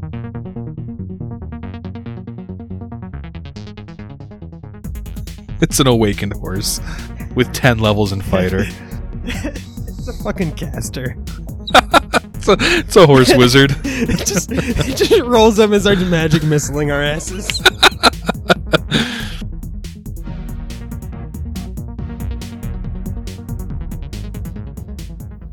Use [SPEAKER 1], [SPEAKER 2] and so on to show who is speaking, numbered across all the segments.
[SPEAKER 1] it's an awakened horse with 10 levels in fighter.
[SPEAKER 2] it's a fucking caster.
[SPEAKER 1] It's a, it's a horse wizard.
[SPEAKER 2] It just, it just rolls up and starts magic missiling our asses.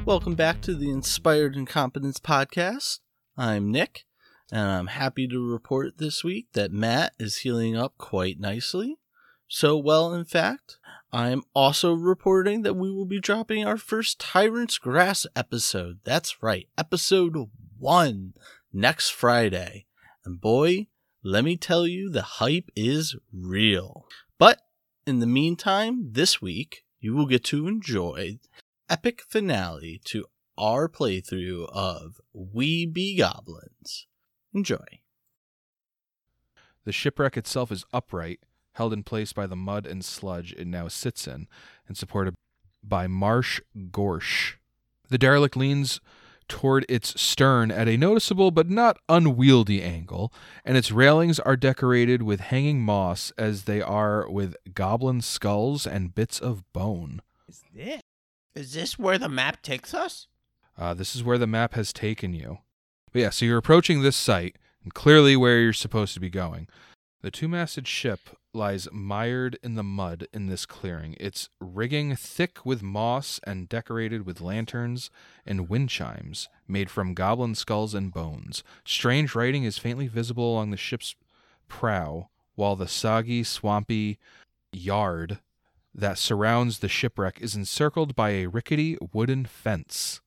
[SPEAKER 3] Welcome back to the Inspired Incompetence Podcast. I'm Nick, and I'm happy to report this week that Matt is healing up quite nicely. So well, in fact, I'm also reporting that we will be dropping our first Tyrant's Grass episode. That's right, episode one next Friday. And boy, let me tell you, the hype is real. But in the meantime, this week, you will get to enjoy epic finale to our playthrough of We Be Goblins. Enjoy.
[SPEAKER 1] The shipwreck itself is upright, held in place by the mud and sludge it now sits in, and supported by marsh gorse. The derelict leans toward its stern at a noticeable but not unwieldy angle, and its railings are decorated with hanging moss as they are with goblin skulls and bits of bone.
[SPEAKER 4] Is this? Is this where the map takes us?
[SPEAKER 1] Uh, this is where the map has taken you. But yeah, so you're approaching this site, and clearly where you're supposed to be going. The two masted ship lies mired in the mud in this clearing, its rigging thick with moss and decorated with lanterns and wind chimes made from goblin skulls and bones. Strange writing is faintly visible along the ship's prow, while the soggy, swampy yard that surrounds the shipwreck is encircled by a rickety wooden fence.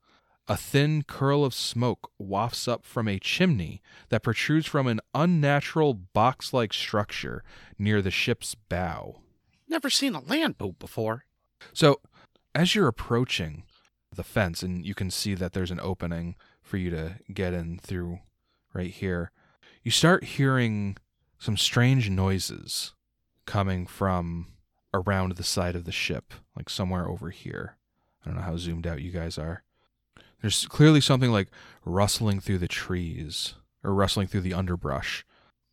[SPEAKER 1] A thin curl of smoke wafts up from a chimney that protrudes from an unnatural box like structure near the ship's bow.
[SPEAKER 4] Never seen a land boat before.
[SPEAKER 1] So, as you're approaching the fence, and you can see that there's an opening for you to get in through right here, you start hearing some strange noises coming from around the side of the ship, like somewhere over here. I don't know how zoomed out you guys are. There's clearly something like rustling through the trees or rustling through the underbrush.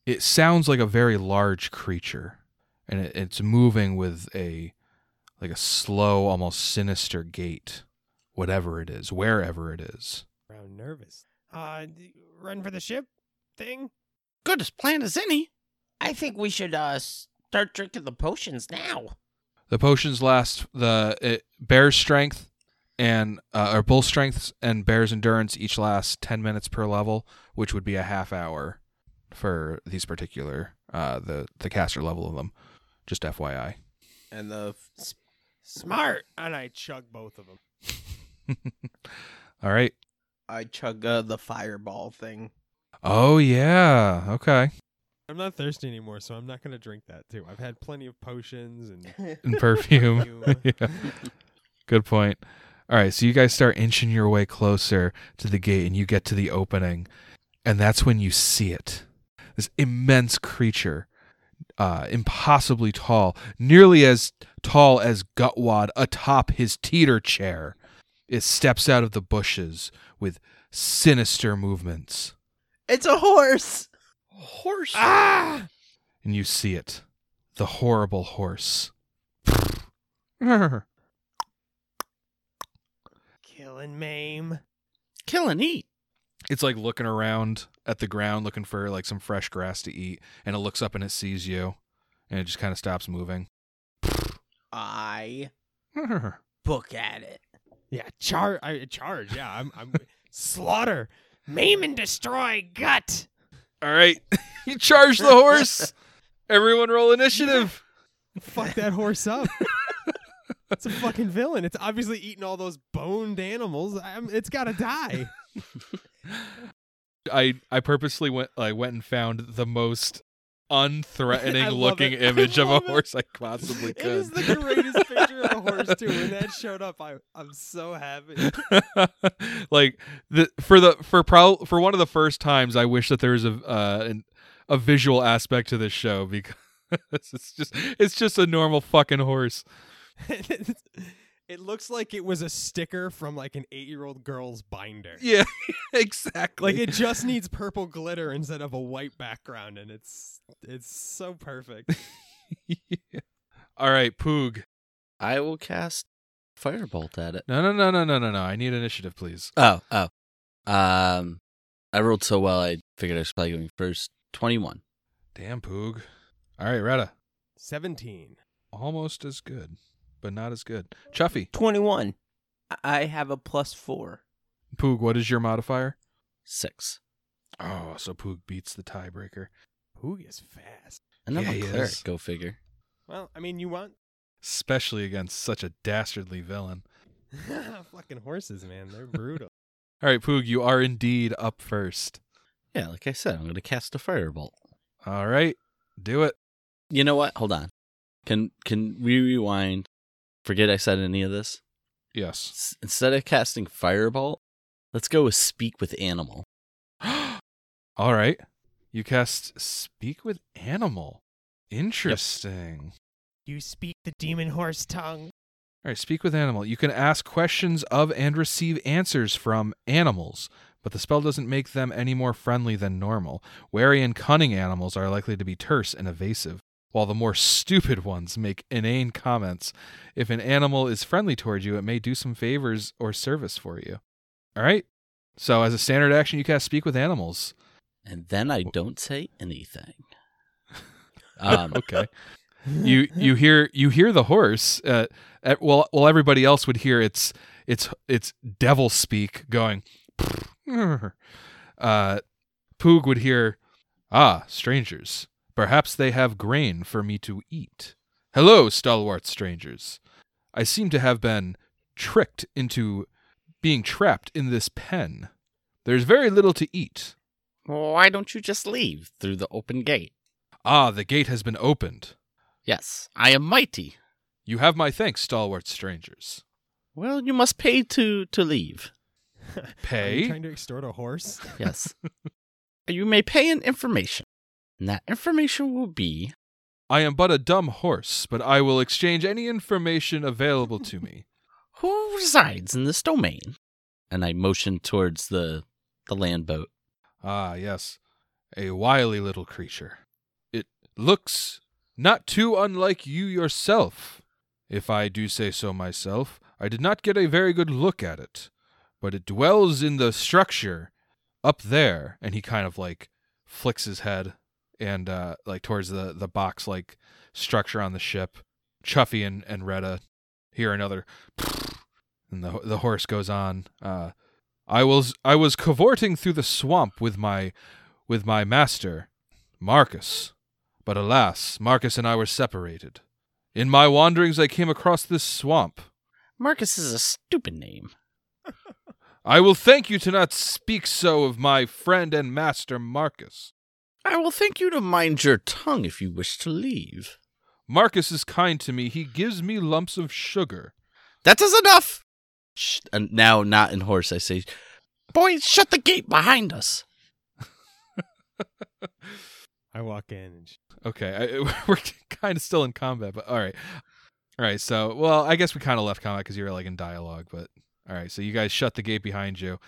[SPEAKER 1] It sounds like a very large creature, and it, it's moving with a like a slow, almost sinister gait. Whatever it is, wherever it is.
[SPEAKER 2] I'm nervous. Uh, d- run for the ship thing?
[SPEAKER 3] Good as planned as any.
[SPEAKER 4] I think we should uh start drinking the potions now.
[SPEAKER 1] The potions last the it, bear's strength and uh, or bull strength and bear's endurance each last ten minutes per level, which would be a half hour for these particular uh, the the caster level of them. Just FYI.
[SPEAKER 5] And the
[SPEAKER 2] Smart! And I chug both of them.
[SPEAKER 1] All right.
[SPEAKER 5] I chug uh, the fireball thing.
[SPEAKER 1] Oh yeah. Okay.
[SPEAKER 2] I'm not thirsty anymore, so I'm not going to drink that too. I've had plenty of potions and
[SPEAKER 1] And perfume.
[SPEAKER 2] perfume.
[SPEAKER 1] yeah. Good point. All right, so you guys start inching your way closer to the gate and you get to the opening. And that's when you see it. This immense creature, uh, impossibly tall, nearly as tall as Gutwad atop his teeter chair. It steps out of the bushes with sinister movements,
[SPEAKER 5] It's a horse.
[SPEAKER 3] Horse.
[SPEAKER 2] ah!
[SPEAKER 1] and you see it the horrible horse.
[SPEAKER 2] Kill and maim.
[SPEAKER 3] Kill and eat.
[SPEAKER 1] it's like looking around at the ground looking for like some fresh grass to eat and it looks up and it sees you and it just kind of stops moving
[SPEAKER 4] I
[SPEAKER 1] all
[SPEAKER 4] book at it.
[SPEAKER 2] Yeah, char. I charge. Yeah, I'm. I'm slaughter, maim and destroy. Gut.
[SPEAKER 1] right you charge the horse everyone roll initiative
[SPEAKER 2] Fuck that horse up. it's a fucking villain. It's obviously eating all those boned animals. I'm, it's gotta die.
[SPEAKER 1] i i purposely went i went and found the most
[SPEAKER 2] I
[SPEAKER 1] unthreatening
[SPEAKER 2] love
[SPEAKER 1] looking
[SPEAKER 2] it. I
[SPEAKER 1] image of a
[SPEAKER 2] love it.
[SPEAKER 1] horse i possibly
[SPEAKER 2] It
[SPEAKER 1] could
[SPEAKER 2] is the greatest picture of a horse too. When that showed up, I, I'm so happy.
[SPEAKER 1] like the for the for pro for one of the first times I wish that there was a uh, an, a visual aspect to this show because it's just it's just a normal fucking horse.
[SPEAKER 2] it looks like it was a sticker from like an eight year old girl's binder.
[SPEAKER 1] Yeah, exactly.
[SPEAKER 2] Like it just needs purple glitter instead of a white background, and it's it's so perfect.
[SPEAKER 1] All right, Poog.
[SPEAKER 6] I will cast firebolt at it.
[SPEAKER 1] No, no, no, no, no, no, no. I need initiative, please.
[SPEAKER 6] Oh, oh. Um, I rolled so well, I figured I was probably going first. 21.
[SPEAKER 1] Damn, Poog. All right, Retta.
[SPEAKER 2] 17.
[SPEAKER 1] Almost as good, but not as good. Chuffy.
[SPEAKER 7] 21. I- I have a plus four.
[SPEAKER 1] Poog, what is your modifier?
[SPEAKER 6] Six.
[SPEAKER 1] Oh, so Poog beats the tiebreaker.
[SPEAKER 2] Poog is fast.
[SPEAKER 6] And I'm
[SPEAKER 1] Yeah,
[SPEAKER 6] a
[SPEAKER 1] he
[SPEAKER 6] cleric.
[SPEAKER 1] is.
[SPEAKER 6] Go figure.
[SPEAKER 2] Well, I mean, you want
[SPEAKER 1] Especially against such a dastardly villain.
[SPEAKER 2] fucking horses, man. They're brutal.
[SPEAKER 1] All right, Poog, you are indeed up first.
[SPEAKER 6] Yeah, like I said, I'm going to cast a firebolt.
[SPEAKER 1] All right, do it.
[SPEAKER 6] You know what? Hold on. Can can we rewind? Forget I said any of this.
[SPEAKER 1] Yes.
[SPEAKER 6] S- instead of casting firebolt, let's go with speak with animal.
[SPEAKER 1] All right. You cast Speak with Animal. Interesting.
[SPEAKER 2] you speak the demon horse tongue.
[SPEAKER 1] All right, speak with animal. You can ask questions of and receive answers from animals, but the spell doesn't make them any more friendly than normal. Wary and cunning animals are likely to be terse and evasive, while the more stupid ones make inane comments. If an animal is friendly toward you, it may do some favors or service for you. All right? So, as a standard action, you cast speak with animals.
[SPEAKER 6] And then I don't say anything. Um,
[SPEAKER 1] okay. you you hear you hear the horse uh, at, well well everybody else would hear its its its devil speak going uh poog would hear ah strangers perhaps they have grain for me to eat hello stalwart strangers i seem to have been tricked into being trapped in this pen there's very little to eat
[SPEAKER 6] Why don't you just leave through the open gate?
[SPEAKER 1] ah the gate has been opened
[SPEAKER 6] Yes, I am mighty.
[SPEAKER 1] you have my thanks stalwart strangers
[SPEAKER 6] Well, you must pay to to leave.
[SPEAKER 2] Are you
[SPEAKER 1] pay
[SPEAKER 2] trying to extort a horse?
[SPEAKER 6] Yes. you may pay in information. And that information will be
[SPEAKER 1] I am but a dumb horse, but I will exchange any information available to me.
[SPEAKER 6] who resides in this domain. And I motion towards the the land boat.
[SPEAKER 1] Ah, yes, a wily little creature. It looks not too unlike you yourself, if I do say so myself. I did not get a very good look at it, but it dwells in the structure up there. And he kind of like flicks his head and uh, like towards the the box like structure on the ship. Chuffy and and Retta hear another, and the the horse goes on. Uh, I was I was cavorting through the swamp with my with my master, Marcus. But alas, Marcus and I were separated. In my wanderings I came across this swamp.
[SPEAKER 6] Marcus is a stupid name.
[SPEAKER 1] I will thank you to not speak so of my friend and master Marcus.
[SPEAKER 6] I will thank you to mind your tongue if you wish to leave.
[SPEAKER 1] Marcus is kind to me. He gives me lumps of sugar.
[SPEAKER 6] That is enough. Sh- and now, not in horse, I say, boys, shut the gate behind us.
[SPEAKER 2] I walk in and sh-
[SPEAKER 1] Okay, I, we're kind of still in combat, but all right. All right, so, well, I guess we kind of left combat because you were like in dialogue, but all right, so you guys shut the gate behind you,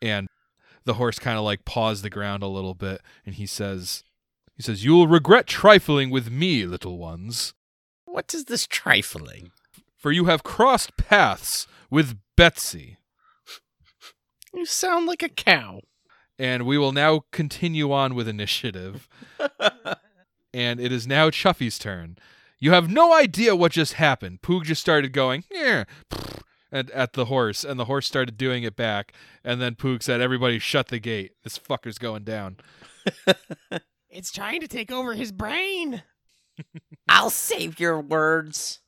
[SPEAKER 1] and the horse kind of like paws the ground a little bit, and he says, he says, You'll regret trifling with me, little ones,
[SPEAKER 6] What is this trifling?
[SPEAKER 1] for you have crossed paths with Betsy,
[SPEAKER 6] You sound like a cow.
[SPEAKER 1] and we will now continue on with initiative. and it is now Chuffy's turn. You have no idea what just happened. Poog just started going yeah, at, at the horse, and the horse started doing it back. And then Poog said, "Everybody, shut the gate. This fucker's going down."
[SPEAKER 2] It's trying to take over his brain.
[SPEAKER 7] I'll save your words.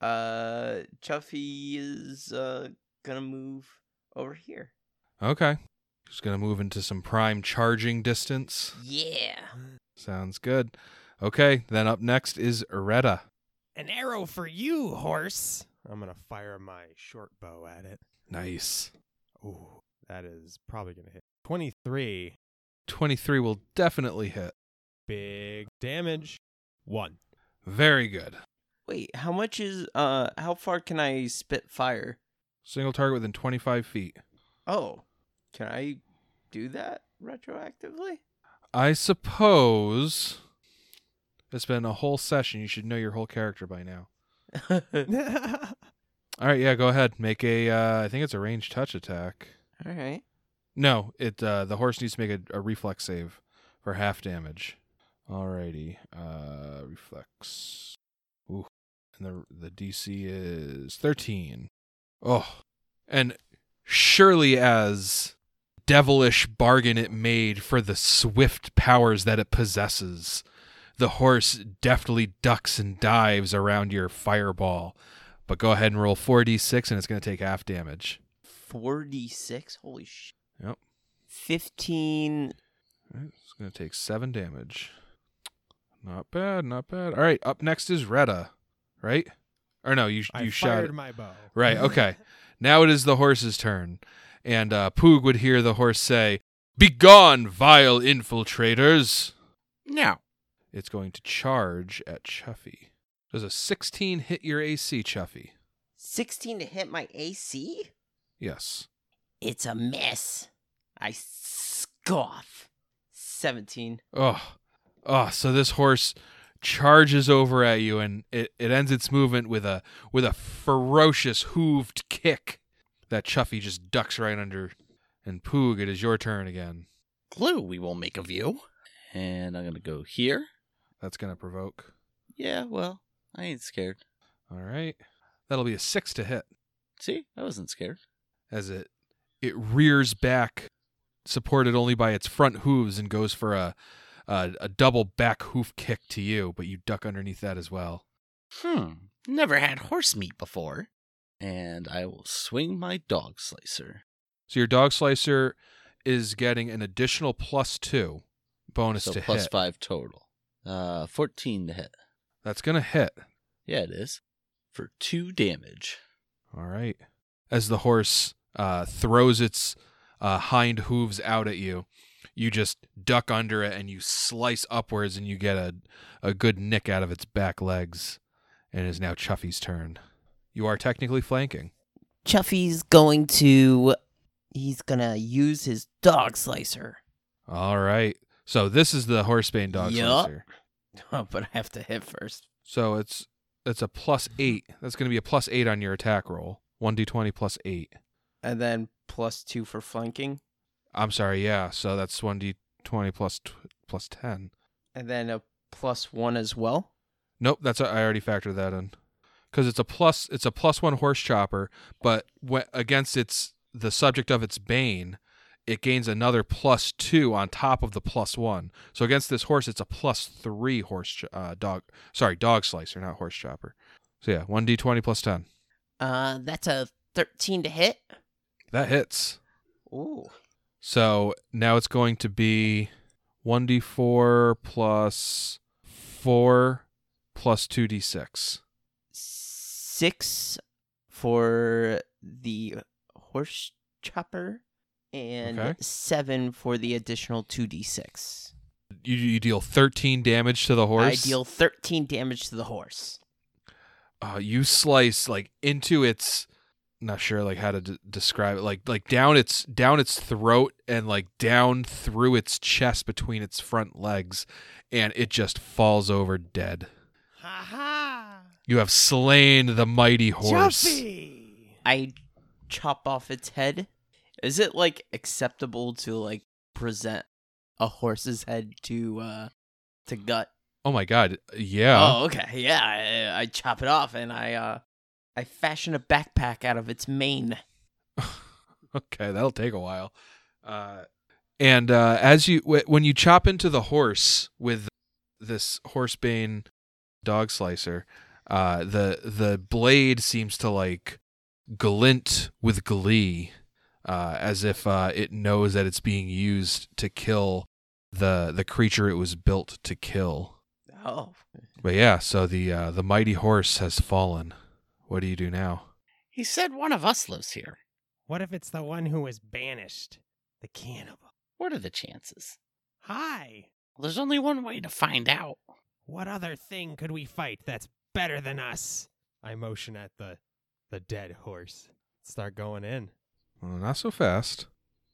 [SPEAKER 7] Uh, Chuffy is uh gonna move over here.
[SPEAKER 1] Okay, just gonna move into some prime charging distance.
[SPEAKER 8] Yeah.
[SPEAKER 1] Sounds good. Okay, then up next is Retta.
[SPEAKER 2] An arrow for you, horse. I'm going to fire my short bow at it.
[SPEAKER 1] Nice.
[SPEAKER 2] Ooh, that is probably going to hit. 23.
[SPEAKER 1] Twenty-three will definitely hit.
[SPEAKER 2] Big damage. One.
[SPEAKER 1] Very good.
[SPEAKER 7] Wait, how much is uh? How far can I spit fire?
[SPEAKER 1] Single target within twenty-five feet.
[SPEAKER 7] Oh, can I do that retroactively?
[SPEAKER 1] I suppose it's been a whole session. You should know your whole character by now.
[SPEAKER 5] All
[SPEAKER 1] All right, yeah, go ahead. Make a. Uh, I think it's a ranged touch attack.
[SPEAKER 5] right.
[SPEAKER 1] No, it. Uh, the horse needs to make a, a reflex save for half damage. Alrighty, uh, reflex. Ooh, and the the DC is thirteen. Oh, and surely as devilish bargain it made for the swift powers that it possesses, the horse deftly ducks and dives around your fireball. But go ahead and roll four d six, and it's going to take half damage.
[SPEAKER 5] 4d6? Holy shit.
[SPEAKER 1] Yep.
[SPEAKER 5] 15.
[SPEAKER 1] Alright, It's going to take seven damage. Not bad, not bad. All right, up next is Retta, right? Or no, you
[SPEAKER 2] I
[SPEAKER 1] you shot.
[SPEAKER 2] fired my bow.
[SPEAKER 1] Right, okay. now it is the horse's turn, and uh, Poog would hear the horse say, "Begone, vile infiltrators!"
[SPEAKER 3] Now.
[SPEAKER 1] It's going to charge at Chuffy. Does a 16 hit your AC, Chuffy?
[SPEAKER 4] 16 to hit my AC?
[SPEAKER 1] Yes.
[SPEAKER 4] It's a miss.
[SPEAKER 5] I scoff. 17.
[SPEAKER 1] Oh, oh! So this horse charges over at you, and it, it ends its movement with a with a ferocious hooved kick that Chuffy just ducks right under. And Poog, it is your turn again.
[SPEAKER 3] Glue, we will make a view. And I'm going to go here.
[SPEAKER 1] That's gonna provoke.
[SPEAKER 3] Yeah, well, I ain't scared.
[SPEAKER 1] All right, that'll be a six to hit
[SPEAKER 3] See, I wasn't scared.
[SPEAKER 1] as it it rears back, supported only by its front hooves, and goes for a a, a double back hoof kick to you, but you duck underneath that as well.
[SPEAKER 3] Hmm, never had horse meat before. And I will swing my dog slicer.
[SPEAKER 1] So your dog slicer is getting an additional plus two bonus
[SPEAKER 3] so
[SPEAKER 1] to
[SPEAKER 3] plus
[SPEAKER 1] hit.
[SPEAKER 3] five total. Uh, 14 to hit.
[SPEAKER 1] That's gonna hit.
[SPEAKER 3] Yeah, it is. For two damage.
[SPEAKER 1] All right. As the horse uh, throws its uh, hind hooves out at you, you just duck under it and you slice upwards, and you get a a good nick out of its back legs. And it is now Chuffy's turn. You are technically flanking.
[SPEAKER 4] Chuffy's going to. He's gonna use his dog slicer.
[SPEAKER 1] All right. So this is the horsebane dog
[SPEAKER 4] Yup.
[SPEAKER 1] slicer.
[SPEAKER 4] Oh, but I have to hit first.
[SPEAKER 1] So it's it's a plus eight. That's going to be a plus eight on your attack roll. One d twenty plus eight.
[SPEAKER 5] And then plus 2 for flanking.
[SPEAKER 1] I'm sorry. Yeah. So that's one d twenty plus t- plus ten.
[SPEAKER 5] And then a plus 1 as well.
[SPEAKER 1] Nope. That's I already factored that in because it's a plus. It's a plus one horse chopper, but wh- against its the subject of its bane, it gains another plus two on top of the plus one. So against this horse, it's a plus three horse ch- uh, dog. Sorry, dog slicer, not horse chopper. So yeah, one d twenty plus ten.
[SPEAKER 4] Uh, that's a 13 to hit.
[SPEAKER 1] That hits.
[SPEAKER 5] Ooh.
[SPEAKER 1] So now it's going to be 1d4 plus 4 plus 2d6.
[SPEAKER 5] 6 for the horse chopper and
[SPEAKER 1] Okay.
[SPEAKER 5] 7 for the additional 2d6.
[SPEAKER 1] You, you deal 13 damage to the
[SPEAKER 4] I
[SPEAKER 1] horse.
[SPEAKER 4] deal 13 damage to the horse.
[SPEAKER 1] Uh, you slice like into its not sure like how to d- describe it like like down its down its throat and like down through its chest between its front legs and it just falls over dead.
[SPEAKER 2] Ha ha.
[SPEAKER 1] You have slain the mighty horse.
[SPEAKER 2] Juffy.
[SPEAKER 5] I chop off its head. Is it like acceptable to like present a horse's head to uh to gut?
[SPEAKER 1] Oh my god. Yeah.
[SPEAKER 5] Oh, okay. Yeah, I, I chop it off and I uh I fashion a backpack out of its mane.
[SPEAKER 1] okay, that'll take a while. Uh, and uh, as you wh- when you chop into the horse with this horsebane dog slicer, uh, the the blade seems to like glint with glee, uh, as if uh, it knows that it's being used to kill the the creature it was built to kill.
[SPEAKER 5] Oh.
[SPEAKER 1] But yeah, so the uh, the mighty horse has fallen. What do you do now?
[SPEAKER 3] He said one of us lives here.
[SPEAKER 2] What if it's the one who was banished? The cannibal.
[SPEAKER 3] What are the chances?
[SPEAKER 2] Hi.
[SPEAKER 3] Well, there's only one way to find out.
[SPEAKER 2] What other thing could we fight that's better than us? I motion at the the dead horse. Start going in.
[SPEAKER 1] Well, not so fast.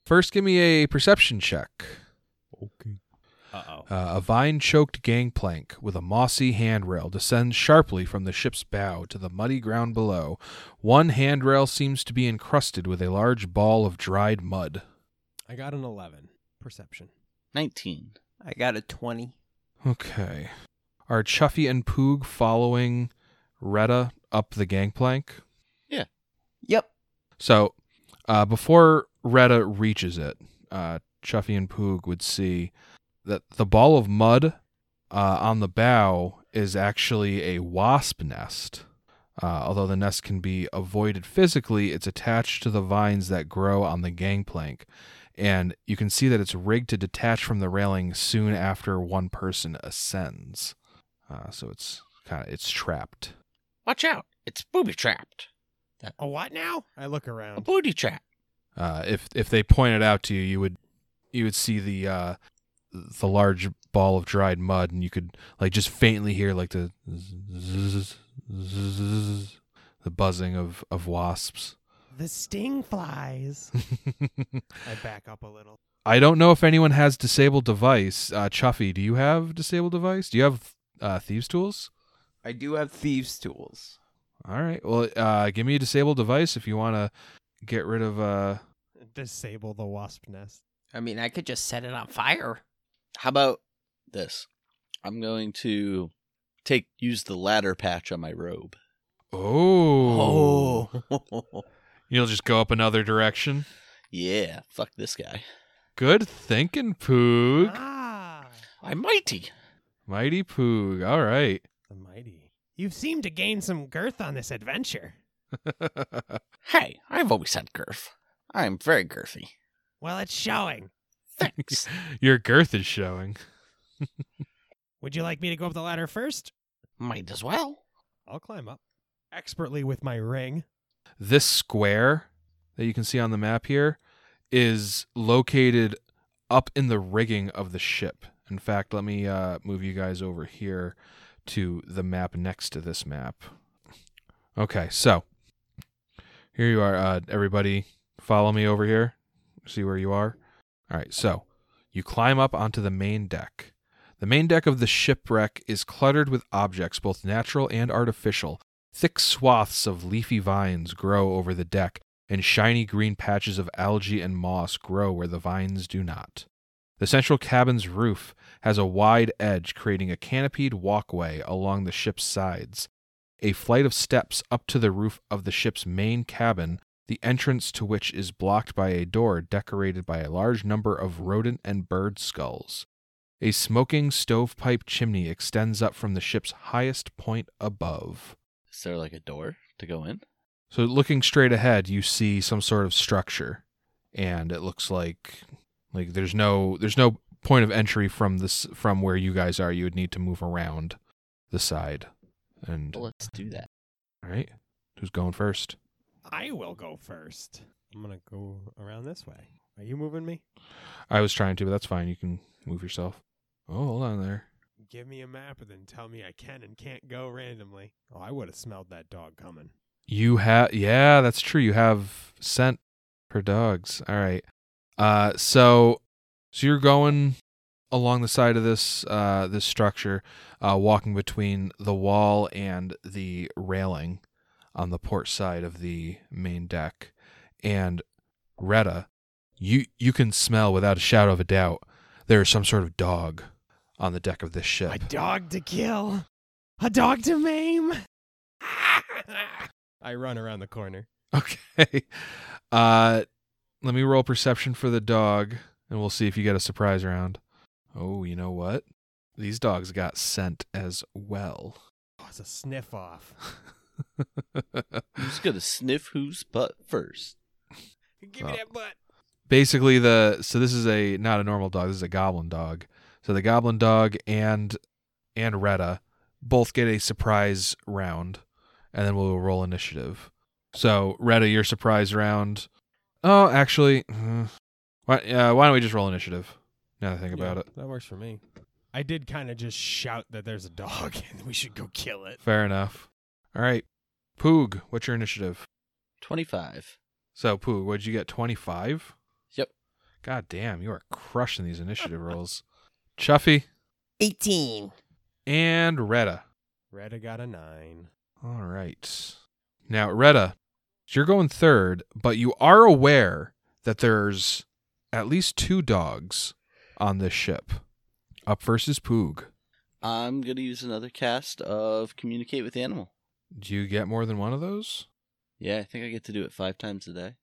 [SPEAKER 1] First, give me a perception check.
[SPEAKER 2] Okay. Uh oh.
[SPEAKER 1] Uh, a vine choked gangplank with a mossy handrail descends sharply from the ship's bow to the muddy ground below. One handrail seems to be encrusted with a large ball of dried mud.
[SPEAKER 2] I got an 11 perception.
[SPEAKER 3] 19.
[SPEAKER 5] I got a 20.
[SPEAKER 1] Okay. Are Chuffy and Poog following Retta up the gangplank?
[SPEAKER 4] Yep.
[SPEAKER 1] So, uh, before Retta reaches it, uh, Chuffy and Poog would see that the ball of mud uh, on the bow is actually a wasp nest. Uh, although the nest can be avoided physically, it's attached to the vines that grow on the gangplank. And you can see that it's rigged to detach from the railing soon after one person ascends. Uh, so it's kind of it's trapped.
[SPEAKER 9] Watch out. It's booby trapped.
[SPEAKER 2] A what now? I look
[SPEAKER 9] A
[SPEAKER 2] around.
[SPEAKER 9] booty trap.
[SPEAKER 1] uh, if if they pointed out to you, you would you would see the uh, the large ball of dried mud, and you could like just faintly hear like the zzz, zzz, the buzzing of of wasps.
[SPEAKER 2] The sting flies. I back up a little.
[SPEAKER 1] I don't know if anyone has disabled device. Uh, Chuffy, do you have disabled device? Do you have uh, thieves tools?
[SPEAKER 5] I do have thieves' tools.
[SPEAKER 1] All right. Well, uh, give me a disabled device if you want to get rid of. Uh...
[SPEAKER 2] Disable the wasp nest.
[SPEAKER 5] I mean, I could just set it on fire.
[SPEAKER 3] How about this? I'm going to take use the ladder patch on my robe.
[SPEAKER 1] Oh.
[SPEAKER 5] Oh.
[SPEAKER 1] You'll just go up another direction.
[SPEAKER 3] Yeah, fuck this guy.
[SPEAKER 1] Good thinking, Poog.
[SPEAKER 2] Ah,
[SPEAKER 9] I'm mighty.
[SPEAKER 1] Mighty Poog. All right.
[SPEAKER 2] the mighty. You've seemed to gain some girth on this adventure.
[SPEAKER 9] Hey, I've always had girth. I'm very girthy.
[SPEAKER 2] Well, it's showing.
[SPEAKER 9] Thanks.
[SPEAKER 1] Your girth is showing.
[SPEAKER 2] Would you like me to go up the ladder first?
[SPEAKER 9] Might as well.
[SPEAKER 2] I'll climb up. Expertly with my ring.
[SPEAKER 1] This square that you can see on the map here is located up in the rigging of the ship. In fact, let me uh, move you guys over here to the map next to this map. Okay, so here you are. Uh, everybody, follow me over here. See where you are. All right, so you climb up onto the main deck. The main deck of the shipwreck is cluttered with objects, both natural and artificial. Thick swaths of leafy vines grow over the deck, and shiny green patches of algae and moss grow where the vines do not. The central cabin's roof has a wide edge, creating a canopied walkway along the ship's sides. A flight of steps up to the roof of the ship's main cabin, the entrance to which is blocked by a door decorated by a large number of rodent and bird skulls. A smoking stovepipe chimney extends up from the ship's highest point above.
[SPEAKER 3] Is there like a door to go in?
[SPEAKER 1] So, looking straight ahead, you see some sort of structure, and it looks like like there's no there's no point of entry from this from where you guys are. You would need to move around the side. And
[SPEAKER 3] Well,
[SPEAKER 1] all
[SPEAKER 3] let's do that.
[SPEAKER 1] right, who's going first?
[SPEAKER 2] I will go first. I'm gonna go around this way. Are you moving me?
[SPEAKER 1] I was trying to, but that's fine. You can move yourself. Oh, hold on there.
[SPEAKER 2] Give me a map and then tell me I can and can't go randomly. Oh, I would have smelled that dog coming.
[SPEAKER 1] You have yeah, that's true. You have scent for dogs. All right. Uh so so you're going along the side of this uh this structure, uh walking between the wall and the railing on the port side of the main deck. And Retta, you you can smell without a shadow of a doubt there is some sort of dog on the deck of this ship.
[SPEAKER 2] A dog to kill, a dog to maim. I run around the corner.
[SPEAKER 1] Okay. Uh let me roll perception for the dog and we'll see if you get a surprise round. Oh, you know what? These dogs got scent as well.
[SPEAKER 2] Oh, it's a sniff off.
[SPEAKER 3] Who's gonna sniff whose butt first?
[SPEAKER 2] Give me
[SPEAKER 1] Oh.
[SPEAKER 2] that butt.
[SPEAKER 1] Basically the so this is a not a normal dog, this is a goblin dog. So the goblin dog and and Retta both get a surprise round and then we'll roll initiative. So Retta, your surprise round. Oh, actually, uh, why, uh, why don't we just roll initiative? Now that I think about it.
[SPEAKER 2] That works for me. I did kind of just shout that there's a dog and we should go kill it.
[SPEAKER 1] Fair enough. All right. Poog, what's your initiative?
[SPEAKER 3] 25.
[SPEAKER 1] So, Poog, what'd you get? 25?
[SPEAKER 3] Yep.
[SPEAKER 1] God damn, you are crushing these initiative rolls. Chuffy,
[SPEAKER 5] 18.
[SPEAKER 1] and Retta.
[SPEAKER 2] Retta got a nine.
[SPEAKER 1] All right. Now, Retta, you're going third, but you are aware that there's at least two dogs on this ship. Up first is Poog.
[SPEAKER 6] I'm gonna use another cast of communicate with animal.
[SPEAKER 1] Do you get more than one of those?
[SPEAKER 6] Yeah, I think I get to do it five times a day,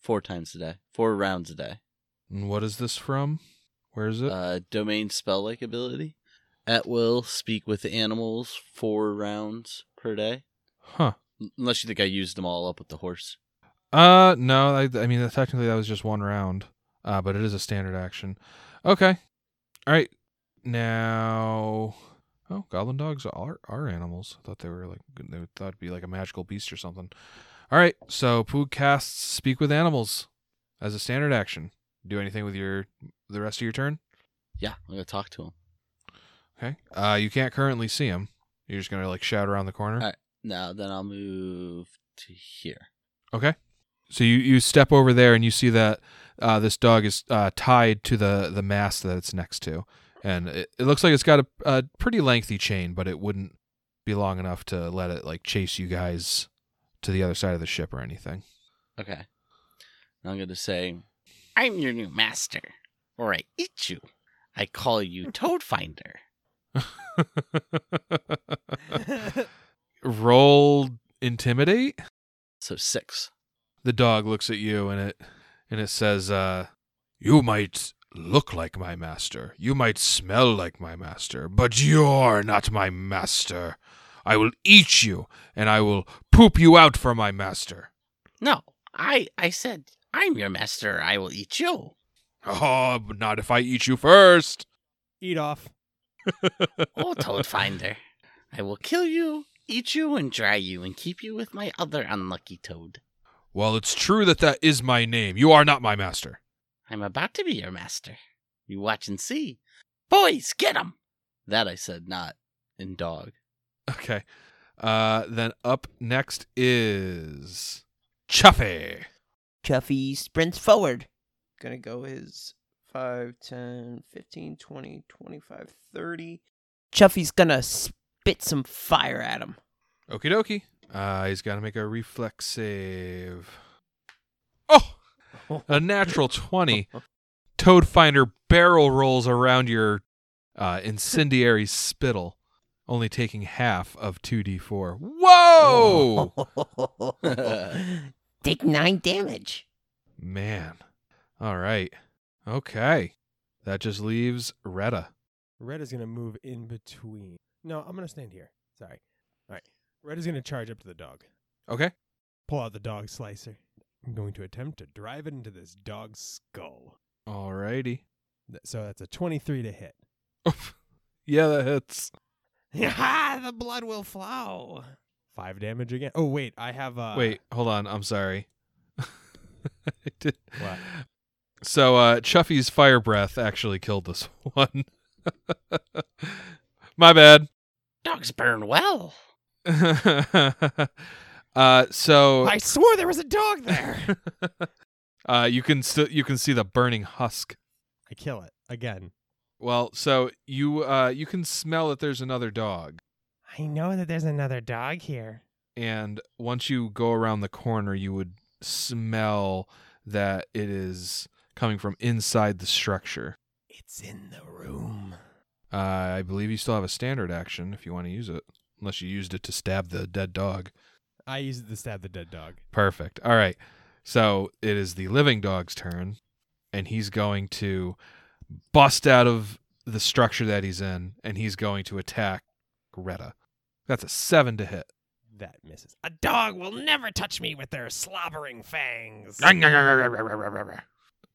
[SPEAKER 6] four times a day, four rounds a day.
[SPEAKER 1] And what is this from? Where is it?
[SPEAKER 6] Uh, domain spell like ability. At will, speak with animals four rounds per day.
[SPEAKER 1] huh.
[SPEAKER 6] N- Unless you think I used them all up with the horse.
[SPEAKER 1] Uh, no. I, I mean, that- technically that was just one round, uh, but it is a standard action. Okay. All right. Now, oh, goblin dogs are are animals. I thought they were like they were thought to be like a magical beast or something. All right. So Poog casts Speak with Animals as a standard action. Do anything with your the rest of your turn?
[SPEAKER 6] Yeah, I'm gonna talk to him.
[SPEAKER 1] Okay. Uh, you can't currently see him. You're just gonna like shout around the corner.
[SPEAKER 6] All right. Now then, I'll move to here.
[SPEAKER 1] So you, you step over there and you see that uh, this dog is uh, tied to the, the mast that it's next to. And it, it looks like it's got a, a pretty lengthy chain, but it wouldn't be long enough to let it like chase you guys to the other side of the ship or anything.
[SPEAKER 6] Okay. Now I'm gonna say,
[SPEAKER 10] I'm your new master, or I eat you. I call you Toad Finder.
[SPEAKER 1] Roll intimidate.
[SPEAKER 6] so six.
[SPEAKER 1] The dog looks at you and it and it says, uh, "You might look like my master. You might smell like my master, but you're not my master. I will eat you and I will poop you out for my master."
[SPEAKER 10] No, I I said I'm your master. I will eat you.
[SPEAKER 1] Oh, but not if I eat you first.
[SPEAKER 2] Eat off.
[SPEAKER 10] Oh, Toad Finder, I will kill you, eat you, and dry you, and keep you with my other unlucky toad.
[SPEAKER 1] Well, it's true that that is my name. You are not my master.
[SPEAKER 10] I'm about to be your master. You watch and see. Boys, get 'em.
[SPEAKER 6] That I said not in dog.
[SPEAKER 1] Okay. Uh, then up next is Chuffy.
[SPEAKER 5] Chuffy sprints forward. Gonna go his 5, 10, 15, 20, 25, 30. Chuffy's gonna spit some fire at him.
[SPEAKER 1] Okie dokie. Uh, he's got to make a reflex save. Oh, a natural 20. Toad Finder barrel rolls around your uh, incendiary spittle, only taking half of 2d4. Whoa!
[SPEAKER 5] Take 9 damage.
[SPEAKER 1] Man. All right. Okay. That just leaves Retta.
[SPEAKER 2] Red is gonna move in between. No, I'm gonna stand here. Sorry. All right. Red is gonna charge up to the dog.
[SPEAKER 1] Okay.
[SPEAKER 2] Pull out the dog slicer. I'm going to attempt to drive it into this dog's skull.
[SPEAKER 1] All righty.
[SPEAKER 2] Th- So that's a 23 to hit.
[SPEAKER 1] yeah, that hits.
[SPEAKER 2] Ha! the blood will flow. Five damage again. Oh wait, I have uh
[SPEAKER 1] Wait, hold on. I'm sorry. I did-
[SPEAKER 2] What?
[SPEAKER 1] So uh Chuffy's fire breath actually killed this one. My bad.
[SPEAKER 10] Dogs burn well.
[SPEAKER 1] uh so
[SPEAKER 2] I swore there was a dog there.
[SPEAKER 1] uh you can still you can see the burning husk.
[SPEAKER 2] I kill it again.
[SPEAKER 1] Well, so you uh you can smell that there's another dog.
[SPEAKER 2] I know that there's another dog here.
[SPEAKER 1] and once you go around the corner you would smell that it is coming from inside the structure
[SPEAKER 2] It's in the room.
[SPEAKER 1] uh, i believe you still have a standard action if you want to use it unless you used it to stab the dead dog
[SPEAKER 2] I use it to stab the dead dog.
[SPEAKER 1] perfect all right so it is the living dog's turn and he's going to bust out of the structure that he's in and he's going to attack greta that's a seven to hit
[SPEAKER 2] That misses. A dog will never touch me with their slobbering fangs.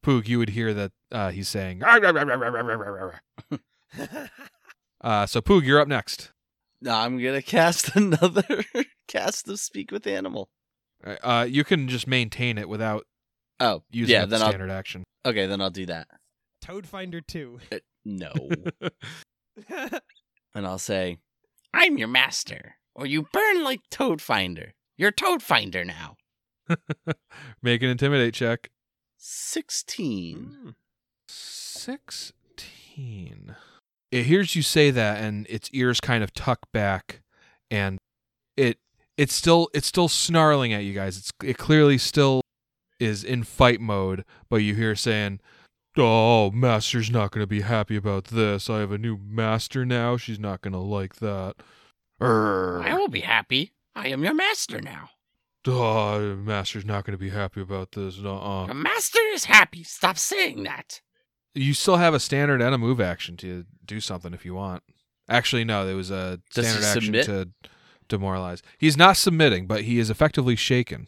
[SPEAKER 1] poog you would hear that uh, he's saying Uh, so Poog, you're up next.
[SPEAKER 6] No, I'm gonna cast another cast of speak with animal.
[SPEAKER 1] Uh, you can just maintain it without
[SPEAKER 6] Oh,
[SPEAKER 1] using
[SPEAKER 6] yeah.
[SPEAKER 1] up the
[SPEAKER 6] Then I'll
[SPEAKER 1] standard action.
[SPEAKER 6] okay. Then I'll do that.
[SPEAKER 2] Toad Finder 2.
[SPEAKER 6] Uh, no,
[SPEAKER 2] That's
[SPEAKER 6] and I'll say
[SPEAKER 10] I'm your master, or you burn like Toad Finder. You're Toad Finder now.
[SPEAKER 1] Make an intimidate check.
[SPEAKER 6] Hmm. sixteen.
[SPEAKER 1] Sixteen. it hears you say that and its ears kind of tuck back and it it's still it's still snarling at you guys it's it clearly still is in fight mode but you hear saying oh master's not going to be happy about this i have a new master now she's not going to like that Urgh.
[SPEAKER 11] I will be happy. I am your master now.
[SPEAKER 1] Oh, master's not going to be happy about this uh-uh.
[SPEAKER 11] Your master is happy. Stop saying that.
[SPEAKER 1] You still have a standard and a move action to do something if you want. Actually, no, there was a
[SPEAKER 12] Does he
[SPEAKER 1] standard action
[SPEAKER 12] submit?
[SPEAKER 1] to demoralize. He's not submitting, but he is effectively shaken.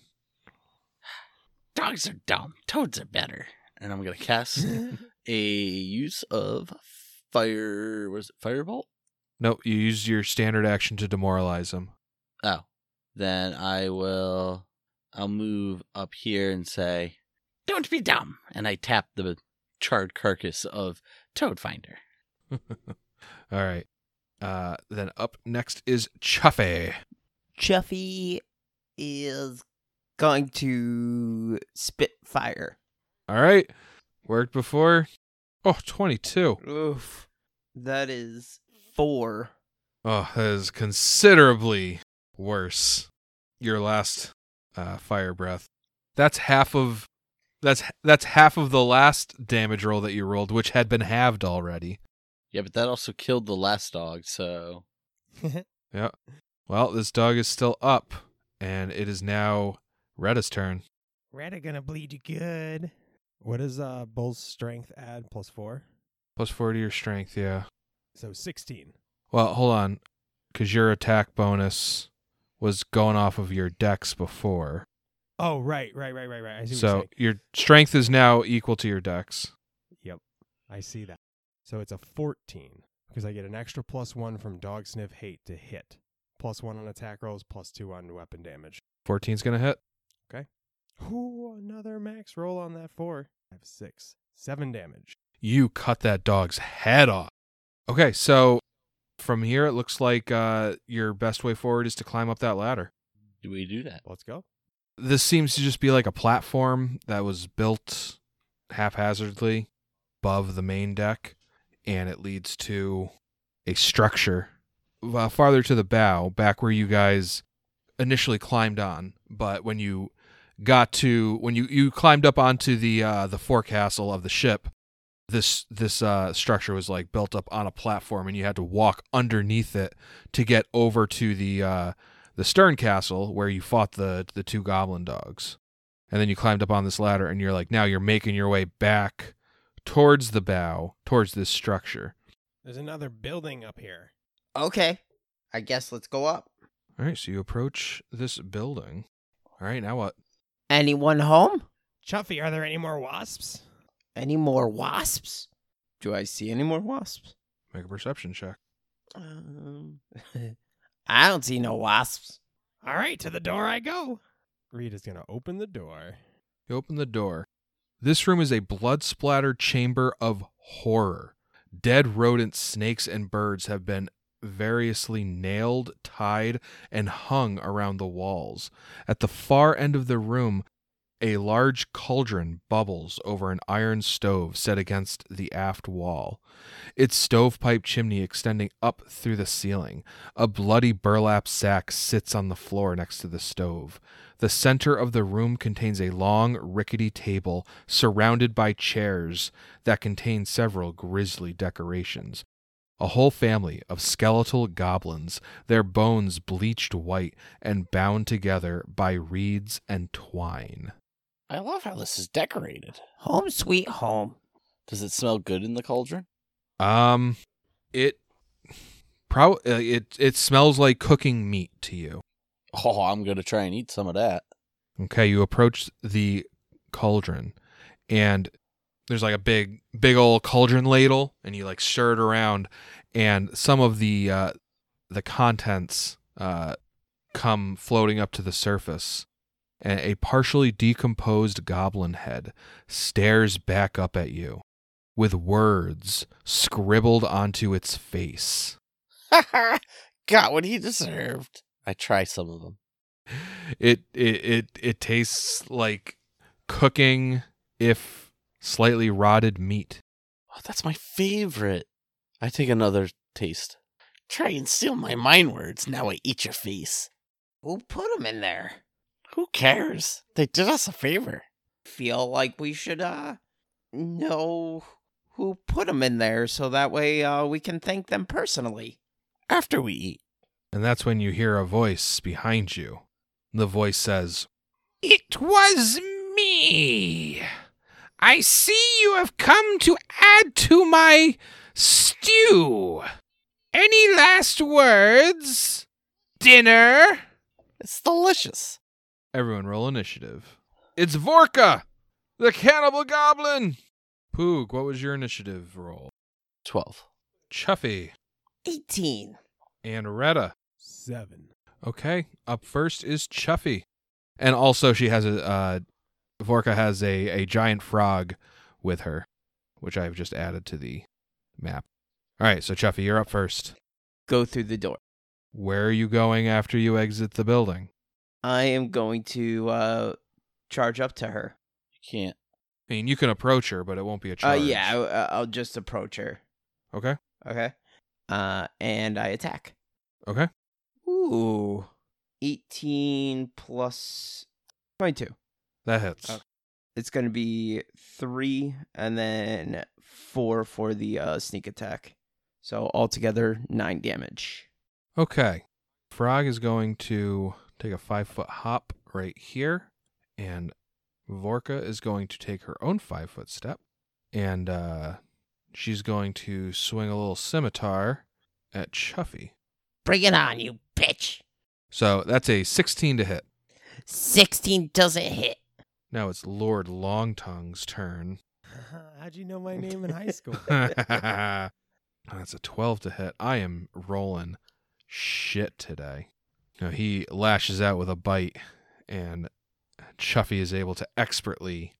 [SPEAKER 11] Dogs are dumb. Toads are better.
[SPEAKER 6] And I'm gonna cast a use of fire. Was it firebolt?
[SPEAKER 1] No, you use your standard action to demoralize him.
[SPEAKER 6] Oh, then I will. I'll move up here and say,
[SPEAKER 11] Don't be dumb.
[SPEAKER 6] and I tap the charred carcass of Toad Finder.
[SPEAKER 1] All right. Uh, then up next is Chuffy.
[SPEAKER 5] Chuffy is going to spit fire.
[SPEAKER 1] All right. Worked before. Oh, 22.
[SPEAKER 5] Oof. That is four.
[SPEAKER 1] Oh, that is considerably worse. Your last uh, fire breath. That's half of that's that's half of the last damage roll that you rolled, which had been halved already.
[SPEAKER 6] Yeah, but that also killed the last dog. So
[SPEAKER 1] Well, this dog is still up, and it is now Retta's turn.
[SPEAKER 2] Red are gonna bleed you good. What does uh Bull's strength add? Plus four,
[SPEAKER 1] Plus four to your strength, yeah.
[SPEAKER 2] so sixteen.
[SPEAKER 1] Well, hold on, because your attack bonus was going off of your dex before,
[SPEAKER 2] Oh right, right, right, right, right. I see. what you're
[SPEAKER 1] so
[SPEAKER 2] saying.
[SPEAKER 1] your strength is now equal to your dex.
[SPEAKER 2] Yep. I see that. So it's a 14 because I get an extra plus one from dog sniff hate to hit. Plus one on attack rolls, plus two on weapon damage.
[SPEAKER 1] 14's gonna hit.
[SPEAKER 2] Ooh, another max roll on that four. I have six. Seven damage.
[SPEAKER 1] you cut that dog's head off. Okay, so from here it looks like uh, your best way forward is to climb up that ladder.
[SPEAKER 6] do we do that?
[SPEAKER 2] Let's go.
[SPEAKER 1] This seems to just be like a platform that was built haphazardly above the main deck, and it leads to a structure uh, farther to the bow, back where you guys initially climbed on. But when you got to when you, you climbed up onto the uh, the forecastle of the ship, this this uh, structure was like built up on a platform, and you had to walk underneath it to get over to the uh, the stern castle where you fought the the two goblin dogs. And then you climbed up on this ladder, and you're like, now you're making your way back towards the bow, towards this structure.
[SPEAKER 2] There's another building up here.
[SPEAKER 5] Okay. I guess let's go up.
[SPEAKER 1] All right, so you approach this building. All right, now what?
[SPEAKER 5] Anyone home?
[SPEAKER 2] Chuffy, are there any more wasps?
[SPEAKER 5] Any more wasps? Do I see any more wasps?
[SPEAKER 1] Make a perception check.
[SPEAKER 5] Um, I don't see no wasps.
[SPEAKER 2] All right, to the door I go. Reed is going to open the door.
[SPEAKER 1] You open the door. This room is a blood splattered chamber of horror. Dead rodents, snakes, and birds have been variously nailed, tied, and hung around the walls. At the far end of the room, a large cauldron bubbles over an iron stove set against the aft wall, its stovepipe chimney extending up through the ceiling. A bloody burlap sack sits on the floor next to the stove. The center of the room contains a long, rickety table surrounded by chairs that contain several grisly decorations. A whole family of skeletal goblins, their bones bleached white and bound together by reeds and twine.
[SPEAKER 6] I love how this is decorated.
[SPEAKER 5] Home sweet home.
[SPEAKER 6] Does it smell good in the cauldron?
[SPEAKER 1] Um, it probably it it smells like cooking meat to you.
[SPEAKER 6] Oh, I'm gonna try and eat some of that.
[SPEAKER 1] Okay, you approach the cauldron, and there's like a big, big old cauldron ladle, and you like stir it around, and some of the uh, the contents uh, come floating up to the surface, and a partially decomposed goblin head stares back up at you, with words scribbled onto its face.
[SPEAKER 6] Got what he deserved. I try some of them.
[SPEAKER 1] it it it it tastes like cooking if slightly rotted meat.
[SPEAKER 6] Oh, that's my favorite. I take another taste.
[SPEAKER 9] Try and steal my mind words. Now I eat your face.
[SPEAKER 5] Who put him in there?
[SPEAKER 9] Who cares? They did us a favor.
[SPEAKER 5] Feel like we should uh know who put him in there so that way uh we can thank them personally.
[SPEAKER 9] After we eat.
[SPEAKER 1] And that's when you hear a voice behind you. The voice says,
[SPEAKER 13] It was me. I see you have come to add to my stew. Any last words? Dinner?
[SPEAKER 9] It's delicious.
[SPEAKER 1] Everyone roll initiative. It's Vorka, the cannibal goblin. Poog, what was your initiative roll?
[SPEAKER 6] 12.
[SPEAKER 1] Chuffy
[SPEAKER 5] 18.
[SPEAKER 1] and Retta.
[SPEAKER 2] Seven.
[SPEAKER 1] Okay, up first is Chuffy, and also she has a uh, Vorka has a a giant frog with her, which I've just added to the map. All right, so Chuffy, you're up first.
[SPEAKER 5] Go through the door.
[SPEAKER 1] Where are you going after you exit the building?
[SPEAKER 5] I am going to uh charge up to her.
[SPEAKER 6] You can't.
[SPEAKER 1] I mean, you can approach her, but it won't be a
[SPEAKER 5] Uh
[SPEAKER 1] charge.
[SPEAKER 5] yeah, I, I- I'll just approach her.
[SPEAKER 1] Okay.
[SPEAKER 5] Okay. Uh and I attack.
[SPEAKER 1] Okay.
[SPEAKER 5] Ooh. 18 plus 22.
[SPEAKER 1] That hits.
[SPEAKER 5] Okay. It's going to be 3 and then 4 for the uh, sneak attack. So altogether 9 damage.
[SPEAKER 1] Okay. Frog is going to take a five foot hop right here, and Vorka is going to take her own five foot step, and uh, she's going to swing a little scimitar at Chuffy.
[SPEAKER 4] Bring it on, you bitch.
[SPEAKER 1] So that's a 16 to hit.
[SPEAKER 4] 16 doesn't hit.
[SPEAKER 1] Now it's Lord Longtongue's turn.
[SPEAKER 2] How'd you know my name in high school?
[SPEAKER 1] that's a 12 to hit. I am rolling shit today. Now he lashes out with a bite, and Chuffy is able to expertly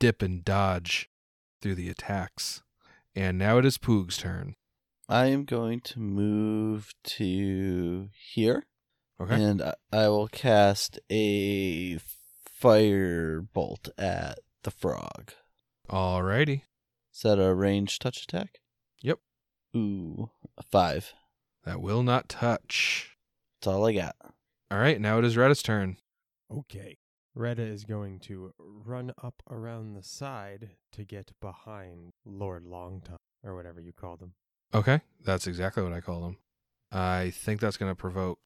[SPEAKER 1] dip and dodge through the attacks. And now it is Poog's turn.
[SPEAKER 6] I am going to move to here.
[SPEAKER 1] Okay.
[SPEAKER 6] And I- I will cast a fire bolt at the frog.
[SPEAKER 1] Alrighty.
[SPEAKER 6] Is that a range touch attack?
[SPEAKER 1] Yep.
[SPEAKER 6] Ooh, a five.
[SPEAKER 1] That will not touch.
[SPEAKER 6] That's all I got.
[SPEAKER 1] Alright, now it is Retta's turn.
[SPEAKER 2] okay. Retta is going to run up around the side to get behind Lord Longtime, or whatever you called him.
[SPEAKER 1] Okay. That's exactly what I called him. I think that's gonna provoke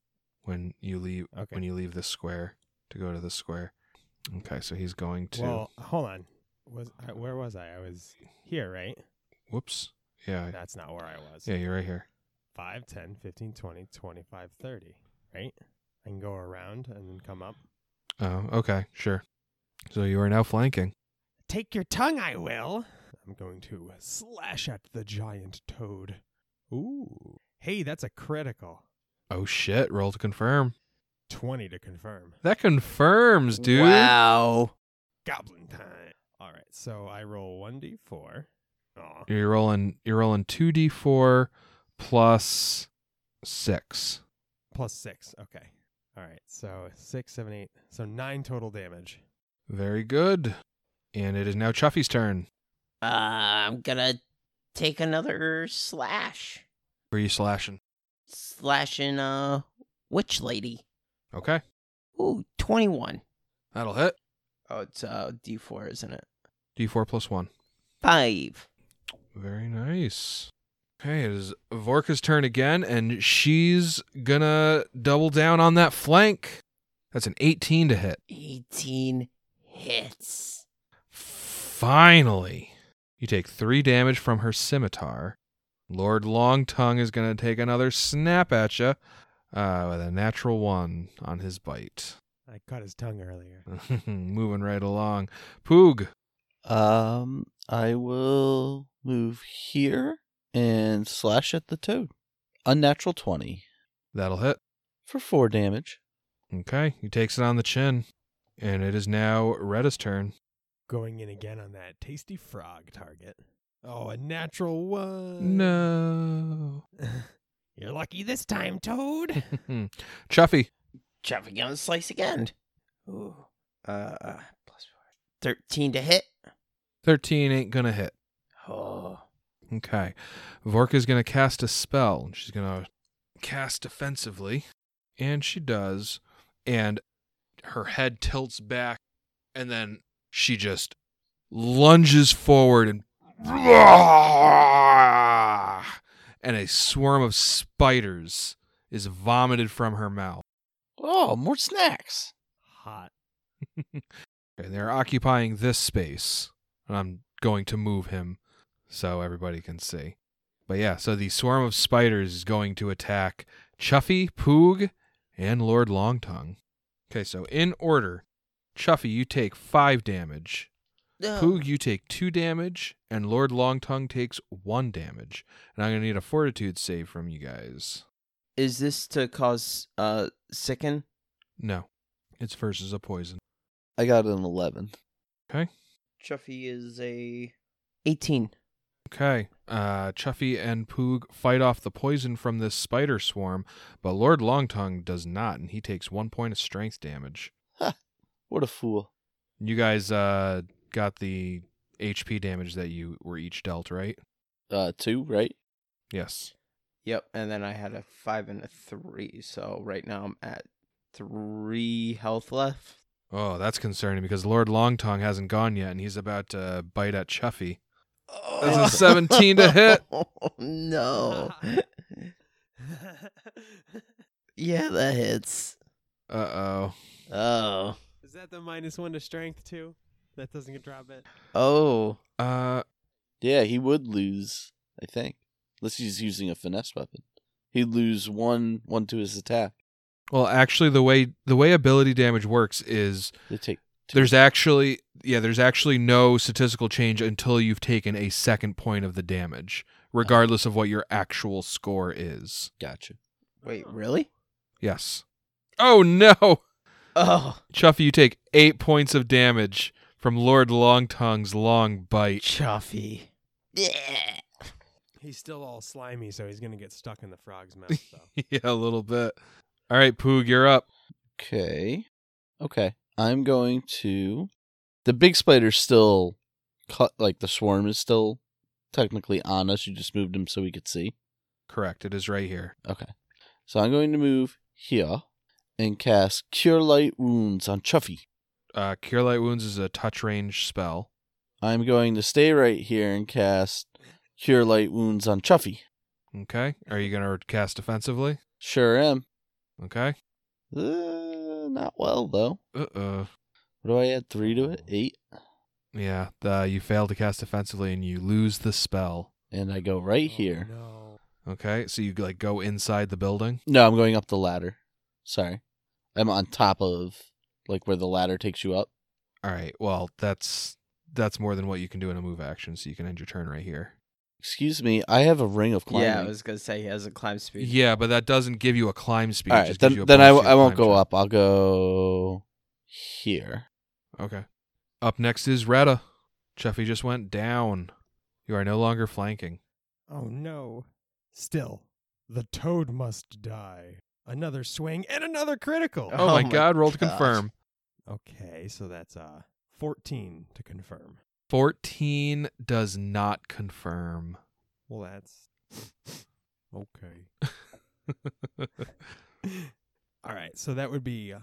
[SPEAKER 1] when you leave
[SPEAKER 2] Okay.
[SPEAKER 1] when you leave this square to go to this square. Okay, so he's going to
[SPEAKER 2] Well, hold on. Was I, where was I? I was here, right?
[SPEAKER 1] whoops. Yeah. I-
[SPEAKER 2] That's not where I was.
[SPEAKER 1] Yeah, you're right here.
[SPEAKER 2] 5, 10, 15, 20, 25, 30, right? I can go around and then come up.
[SPEAKER 1] Oh, okay, sure. So you are now flanking.
[SPEAKER 2] Take your tongue, I will. I'm going to slash at the giant toad. Ooh. Hey, that's a critical.
[SPEAKER 1] Oh shit, roll to confirm.
[SPEAKER 2] 20 to confirm.
[SPEAKER 1] That confirms, dude.
[SPEAKER 5] Wow.
[SPEAKER 2] Goblin time. All right, so I roll 1d4. Aw.
[SPEAKER 1] You're rolling you're rolling 2d4 plus 6.
[SPEAKER 2] Plus 6. Okay. All right, so six, seven, eight. So 9 total damage.
[SPEAKER 1] Very good. And it is now Chuffy's turn.
[SPEAKER 4] Uh, I'm gonna take another slash.
[SPEAKER 1] Where are you slashing?
[SPEAKER 4] Slashing, uh, Witch Lady.
[SPEAKER 1] Okay.
[SPEAKER 4] Ooh, 21.
[SPEAKER 1] That'll hit.
[SPEAKER 5] Oh, it's uh D4, isn't it?
[SPEAKER 1] D4 plus 1.
[SPEAKER 4] 5.
[SPEAKER 1] Very nice. Okay, it is Vorka's turn again, and she's gonna double down on that flank. That's an 18 to hit.
[SPEAKER 4] 18 hits.
[SPEAKER 1] Finally, you take three damage from her scimitar. Lord Longtongue is going to take another snap at you uh, with a natural one on his bite.
[SPEAKER 2] I cut his tongue earlier.
[SPEAKER 1] Moving right along. Poog.
[SPEAKER 6] Um, I will move here and slash at the toad. Unnatural 20
[SPEAKER 1] That'll hit.
[SPEAKER 6] for four damage.
[SPEAKER 1] Okay, he takes it on the chin. And it is now Retta's turn.
[SPEAKER 2] Going in again on that tasty frog target. Oh, a natural one.
[SPEAKER 1] No.
[SPEAKER 2] You're lucky this time, Toad.
[SPEAKER 1] Hmm. Chuffy.
[SPEAKER 5] Chopping down and slice again. Ooh. Uh, plus 4. 13 to hit.
[SPEAKER 1] 13 ain't going to hit.
[SPEAKER 5] Oh.
[SPEAKER 1] Okay. Vorka's going to cast a spell. She's going to cast defensively. And she does. And her head tilts back. And then she just lunges forward and. And a swarm of spiders is vomited from her mouth.
[SPEAKER 6] Oh, more snacks.
[SPEAKER 2] Hot.
[SPEAKER 1] And they're occupying this space. And I'm going to move him so everybody can see. But yeah, so the swarm of spiders is going to attack Chuffy, Poog, and Lord Longtongue. Okay, so in order, Chuffy, you take five damage.
[SPEAKER 4] No.
[SPEAKER 1] Poog, you take two damage, and Lord Longtongue takes one damage. And I'm gonna need a fortitude save from you guys.
[SPEAKER 5] Is this to cause uh sicken?
[SPEAKER 1] No. It's versus a poison.
[SPEAKER 6] I got an 11.
[SPEAKER 4] Chuffy is a
[SPEAKER 5] 18.
[SPEAKER 1] Okay. Uh, Chuffy and Poog fight off the poison from this spider swarm, but Lord Longtongue does not, and he takes one point of strength damage.
[SPEAKER 6] What a fool.
[SPEAKER 1] You guys uh, got the HP damage that you were each dealt, right?
[SPEAKER 6] Uh, two, right?
[SPEAKER 1] Yes.
[SPEAKER 5] Yep, and then I had a 5 and a 3. So right now I'm at 3 health left.
[SPEAKER 1] Oh, that's concerning because Lord Longtongue hasn't gone yet, and he's about to bite at Chuffy. That's a 17 to hit.
[SPEAKER 5] Oh,
[SPEAKER 1] Oh.
[SPEAKER 5] no. yeah, that hits.
[SPEAKER 1] Uh oh.
[SPEAKER 5] Oh.
[SPEAKER 2] Is that the minus one to strength too? That doesn't get dropped in.
[SPEAKER 5] Oh.
[SPEAKER 1] Uh,
[SPEAKER 6] Yeah, he would lose, I think. Unless he's using a finesse weapon. He'd lose one one to his attack.
[SPEAKER 1] well, actually, the way the way ability damage works is
[SPEAKER 6] They take
[SPEAKER 1] there's actually yeah there's actually no statistical change until you've taken a second point of the damage regardless of what your actual score is
[SPEAKER 6] gotcha.
[SPEAKER 5] Wait, really?
[SPEAKER 1] yes oh no
[SPEAKER 5] Oh.
[SPEAKER 1] chuffy you take eight points of damage from lord longtongue's long bite
[SPEAKER 5] Chuffy. Yeah.
[SPEAKER 2] He's still all slimy, so he's gonna get stuck in the frog's mouth though.
[SPEAKER 1] yeah a little bit all right poog you're up
[SPEAKER 6] Okay. Okay. I'm going to the big spider's still cut like the swarm is still technically on us. You just moved him so we could see.
[SPEAKER 1] correct it is right here
[SPEAKER 6] Okay. So I'm going to move here and cast Cure Light Wounds on Chuffy.
[SPEAKER 1] uh cure light wounds is a touch range spell
[SPEAKER 6] I'm going to stay right here and cast Cure Light Wounds on Chuffy.
[SPEAKER 1] okay are you gonna cast defensively
[SPEAKER 6] Sure am.
[SPEAKER 1] okay
[SPEAKER 6] Uh, not well though.
[SPEAKER 1] uh-uh
[SPEAKER 6] What do I add? Three to it? Eight.
[SPEAKER 1] yeah the, you fail to cast defensively and you lose the spell
[SPEAKER 6] And I go right here.
[SPEAKER 2] Oh, No.
[SPEAKER 1] Okay, so you like go inside the building.
[SPEAKER 6] No, I'm going up the ladder. Sorry. I'm on top of like where the ladder takes you up.
[SPEAKER 1] All right. Well, that's that's more than what you can do in a move action, so you can end your turn right here.
[SPEAKER 6] Excuse me, I have a ring of climbing.
[SPEAKER 5] Yeah, I was going to say he has a climb speed.
[SPEAKER 1] Yeah, but that doesn't give you a climb speed. it
[SPEAKER 6] All right,
[SPEAKER 1] just gives you
[SPEAKER 6] then,
[SPEAKER 1] a
[SPEAKER 6] then I,
[SPEAKER 1] bonus to
[SPEAKER 6] I
[SPEAKER 1] your
[SPEAKER 6] won't
[SPEAKER 1] climb
[SPEAKER 6] go
[SPEAKER 1] check.
[SPEAKER 6] up. I'll go here.
[SPEAKER 1] Okay. Up next is Retta. Chuffy just went down. You are no longer flanking.
[SPEAKER 2] Oh no. Still, the toad must die. Another swing and another critical.
[SPEAKER 1] Oh,
[SPEAKER 5] Oh
[SPEAKER 1] my,
[SPEAKER 5] my
[SPEAKER 1] God! Roll to
[SPEAKER 5] gosh.
[SPEAKER 1] confirm.
[SPEAKER 2] Okay, so that's uh 14 to confirm.
[SPEAKER 1] Fourteen does not confirm.
[SPEAKER 2] Well, that's okay. all right, so that would be uh,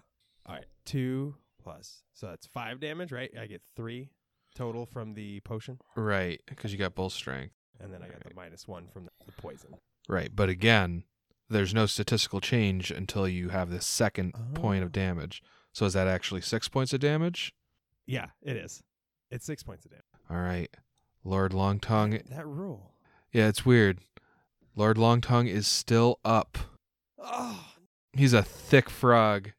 [SPEAKER 2] all right. Two plus, so that's five damage, right? I get three total from the potion,
[SPEAKER 1] right, because you got bull strength.
[SPEAKER 2] and then I got the minus one from the, the poison.
[SPEAKER 1] Right, but again, there's no statistical change until you have this second point
[SPEAKER 2] Oh.
[SPEAKER 1] of damage. So is that actually six points of damage?
[SPEAKER 2] Yeah, it is. It's six points of damage.
[SPEAKER 1] All right. Lord Longtongue.
[SPEAKER 2] That rule.
[SPEAKER 1] Yeah, it's weird. Lord Longtongue is still up.
[SPEAKER 2] Oh,
[SPEAKER 1] He's a thick frog.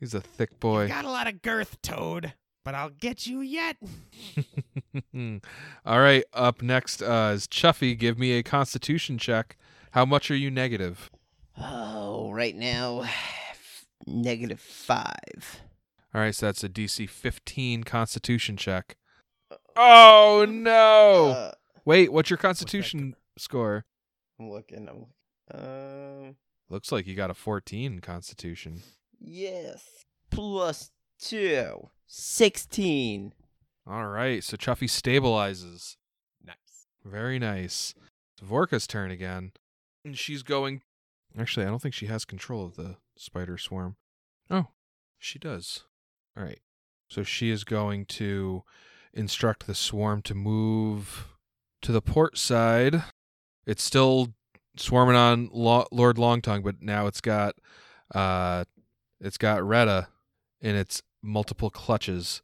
[SPEAKER 1] He's a thick
[SPEAKER 2] you
[SPEAKER 1] boy.
[SPEAKER 2] got a lot of girth, Toad, but I'll get you yet.
[SPEAKER 1] All right, up next uh, is Chuffy. Give me a constitution check. How much are you negative?
[SPEAKER 4] oh right now negative five.
[SPEAKER 1] All right, so that's a DC 15 constitution check. Oh, no.
[SPEAKER 5] Uh,
[SPEAKER 1] Wait, what's your constitution score?
[SPEAKER 5] I'm looking. I'm looking. Um,
[SPEAKER 1] Looks like you got a 14 constitution.
[SPEAKER 5] yes. Plus two. 16.
[SPEAKER 1] All right, so Chuffy stabilizes.
[SPEAKER 2] nice.
[SPEAKER 1] Very nice. It's Vorka's turn again. And she's going. Actually, I don't think she has control of the spider swarm. Oh, she does. All right. So she is going to instruct the swarm to move to the port side. It's still swarming on Lo- Lord Longtongue, but now it's got uh it's got Retta in its multiple clutches.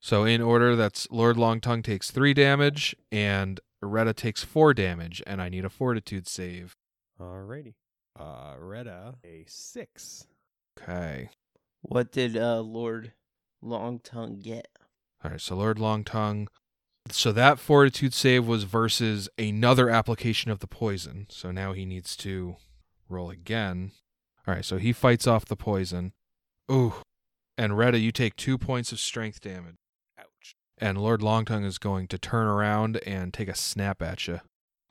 [SPEAKER 1] So in order that's Lord Longtongue takes 3 damage and Retta takes 4 damage and I need a fortitude save.
[SPEAKER 2] Alrighty. Uh, Retta, a six.
[SPEAKER 1] Okay.
[SPEAKER 5] What did uh Lord Longtongue get?
[SPEAKER 1] All right, so Lord Longtongue. So that fortitude save was versus another application of the poison. So now he needs to roll again. All right, so he fights off the poison. Ooh. And Retta, you take two points of strength damage. Ouch. And Lord Longtongue is going to turn around and take a snap at you.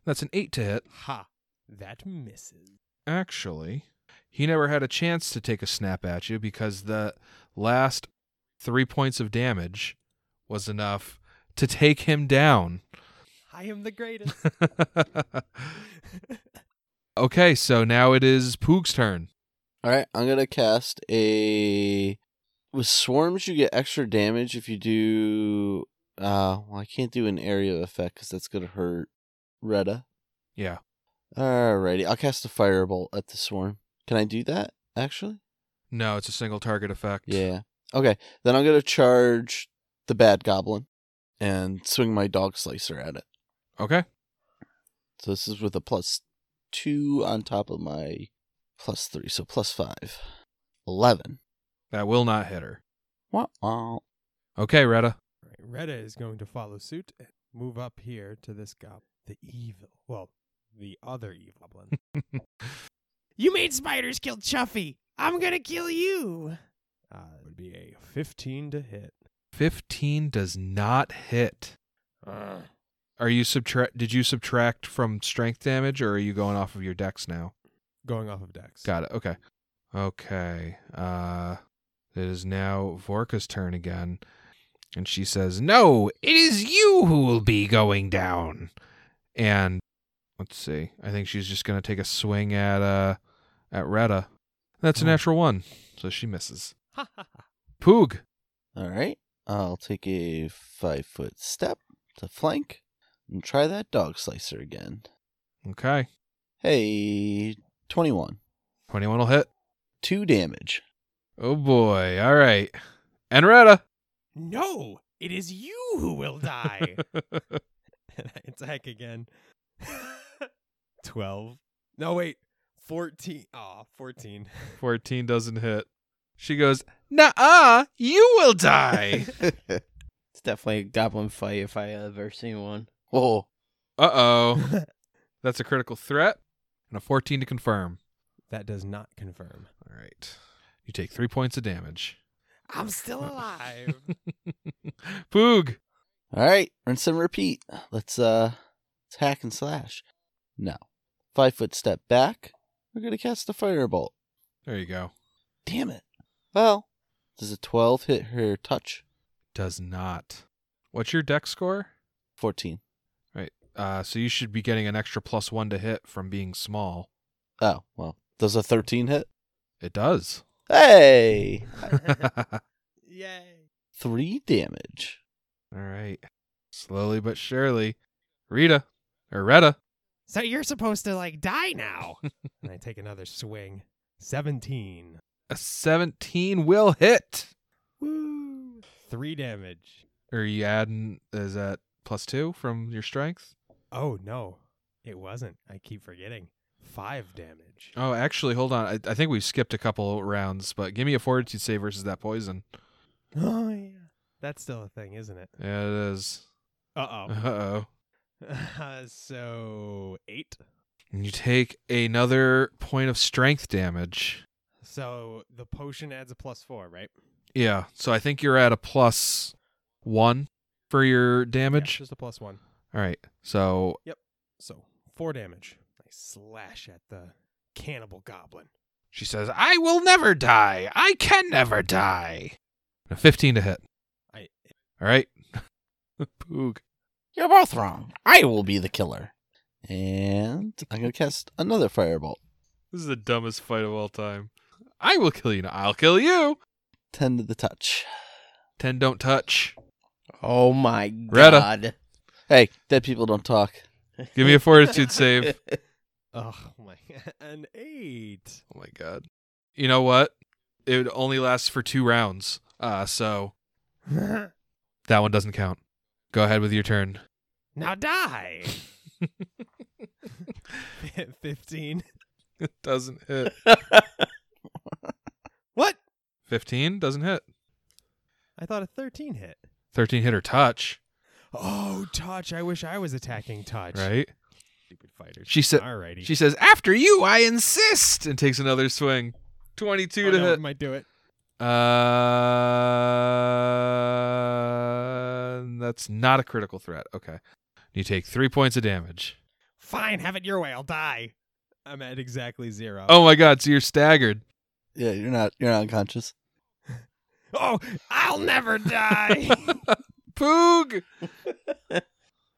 [SPEAKER 1] That's an eight to hit.
[SPEAKER 2] Ha! That misses.
[SPEAKER 1] Actually, he never had a chance to take a snap at you because the last three points of damage was enough to take him down.
[SPEAKER 2] I am the greatest.
[SPEAKER 1] okay, so now it is Poog's turn.
[SPEAKER 6] All right, I'm gonna cast a. With swarms, you get extra damage if you do. Uh, well, I can't do an area effect because that's gonna hurt Retta.
[SPEAKER 1] Yeah.
[SPEAKER 6] Alrighty, I'll cast a firebolt at the swarm. Can I do that? Actually,
[SPEAKER 1] No, it's a single target effect.
[SPEAKER 6] yeah. Okay, then I'm gonna charge the bad goblin and swing my dog slicer at it.
[SPEAKER 1] Okay.
[SPEAKER 6] So this is with a plus two on top of my plus three, so plus five. Eleven.
[SPEAKER 1] That will not hit her.
[SPEAKER 6] Wah, wah.
[SPEAKER 1] Okay, Retta.
[SPEAKER 2] Right. Retta is going to follow suit and move up here to this goblin. The evil. Well, the other evil goblin.
[SPEAKER 13] You made spiders kill Chuffy. I'm gonna kill you.
[SPEAKER 2] Uh, it would be a 15 to hit.
[SPEAKER 1] 15 does not hit. Uh, Are you subtract did you subtract from strength damage or are you going off of your dex now?
[SPEAKER 2] Going off of Dex.
[SPEAKER 1] Got it. Okay. Okay. Uh it is now Vorka's turn again. And she says,
[SPEAKER 13] No, it is you who will be going down.
[SPEAKER 1] and let's see. I think she's just gonna take a swing at uh at Retta. That's a
[SPEAKER 2] Hmm.
[SPEAKER 1] natural one. So she misses. Poog.
[SPEAKER 6] All right. I'll take a five foot step to flank and try that dog slicer again.
[SPEAKER 1] Okay.
[SPEAKER 6] Hey, 21.
[SPEAKER 1] Twenty one will hit.
[SPEAKER 6] Two damage.
[SPEAKER 1] Oh boy. All right. And Retta.
[SPEAKER 2] No! It is you who will die! and I attack again. 12. No, wait. 14. Aw, 14.
[SPEAKER 1] 14 doesn't hit. She goes, Nah, you will die.
[SPEAKER 5] It's definitely a goblin fight if I ever seen one.
[SPEAKER 6] Whoa.
[SPEAKER 1] uh oh. That's a critical threat and a 14 to confirm.
[SPEAKER 2] that does not confirm.
[SPEAKER 1] All right. You take three points of damage.
[SPEAKER 2] I'm still alive.
[SPEAKER 1] Poog.
[SPEAKER 6] All right. Rinse and repeat. Let's, uh, let's hack and slash. No. Five foot step back. We're going to cast a firebolt.
[SPEAKER 1] There you go.
[SPEAKER 6] Damn it. Well, does a 12 hit her touch?
[SPEAKER 1] Does not. What's your deck score?
[SPEAKER 6] 14.
[SPEAKER 1] Uh, so you should be getting an extra plus one to hit from being small.
[SPEAKER 6] Oh, well. Does a 13 hit?
[SPEAKER 1] It does.
[SPEAKER 6] Hey!
[SPEAKER 1] All
[SPEAKER 2] Yay.
[SPEAKER 6] Three damage.
[SPEAKER 1] right. Slowly but surely. Rita. Or Retta.
[SPEAKER 13] So you're supposed to like die now.
[SPEAKER 2] And I take another swing. 17.
[SPEAKER 1] A 17 will hit.
[SPEAKER 2] Woo! Three damage.
[SPEAKER 1] Are you adding? Is that plus two from your strength?
[SPEAKER 2] Oh, no. It wasn't. I keep forgetting. Five damage.
[SPEAKER 1] Oh, actually, hold on. I, I think we skipped a couple rounds, but give me a fortitude save versus that poison.
[SPEAKER 2] Oh, yeah. That's still a thing, isn't it?
[SPEAKER 1] Yeah, it is.
[SPEAKER 2] Uh
[SPEAKER 1] Uh oh.
[SPEAKER 2] oh. so, eight.
[SPEAKER 1] You take another point of strength damage.
[SPEAKER 2] So, the potion adds a plus four, right?
[SPEAKER 1] Yeah. So I think you're at a plus one for your
[SPEAKER 2] Yeah,
[SPEAKER 1] damage.
[SPEAKER 2] just a plus one.
[SPEAKER 1] All right. So
[SPEAKER 2] So, four damage. I slash at the cannibal goblin.
[SPEAKER 1] she says, I will never die. I can never die. A 15 to hit.
[SPEAKER 2] I-
[SPEAKER 1] All right. Poog.
[SPEAKER 6] You're both wrong. I will be the killer. And I'm going to cast another firebolt.
[SPEAKER 1] This is the dumbest fight of all time. I will kill you. and I'll kill you.
[SPEAKER 6] 10 to the touch.
[SPEAKER 1] Ten don't touch.
[SPEAKER 5] Oh my
[SPEAKER 1] Greta.
[SPEAKER 5] god.
[SPEAKER 6] Hey, dead people don't talk.
[SPEAKER 1] Give me a fortitude save.
[SPEAKER 2] Oh my! An eight.
[SPEAKER 1] Oh my god. You know what? It only lasts for two rounds. Uh so that one doesn't count. Go ahead with your turn.
[SPEAKER 2] Now die. Fifteen.
[SPEAKER 1] It doesn't hit.
[SPEAKER 2] What?
[SPEAKER 1] Fifteen doesn't hit.
[SPEAKER 2] I thought a thirteen hit.
[SPEAKER 1] Thirteen hit or touch,
[SPEAKER 2] Oh, touch! I wish I was attacking touch.
[SPEAKER 1] right?
[SPEAKER 2] Stupid fighters.
[SPEAKER 1] She said-
[SPEAKER 2] "Alrighty."
[SPEAKER 1] She says, After you, I insist and takes another swing. Twenty two
[SPEAKER 2] oh,
[SPEAKER 1] to
[SPEAKER 2] no,
[SPEAKER 1] hit.
[SPEAKER 2] it might do it.
[SPEAKER 1] Uh, that's not a critical threat. Okay. You take three points of damage.
[SPEAKER 2] Fine, have it your way. I'll die. I'm at exactly zero.
[SPEAKER 1] Oh my god, so you're staggered.
[SPEAKER 6] Yeah, you're not you're not unconscious.
[SPEAKER 2] oh I'll never die.
[SPEAKER 1] Poog!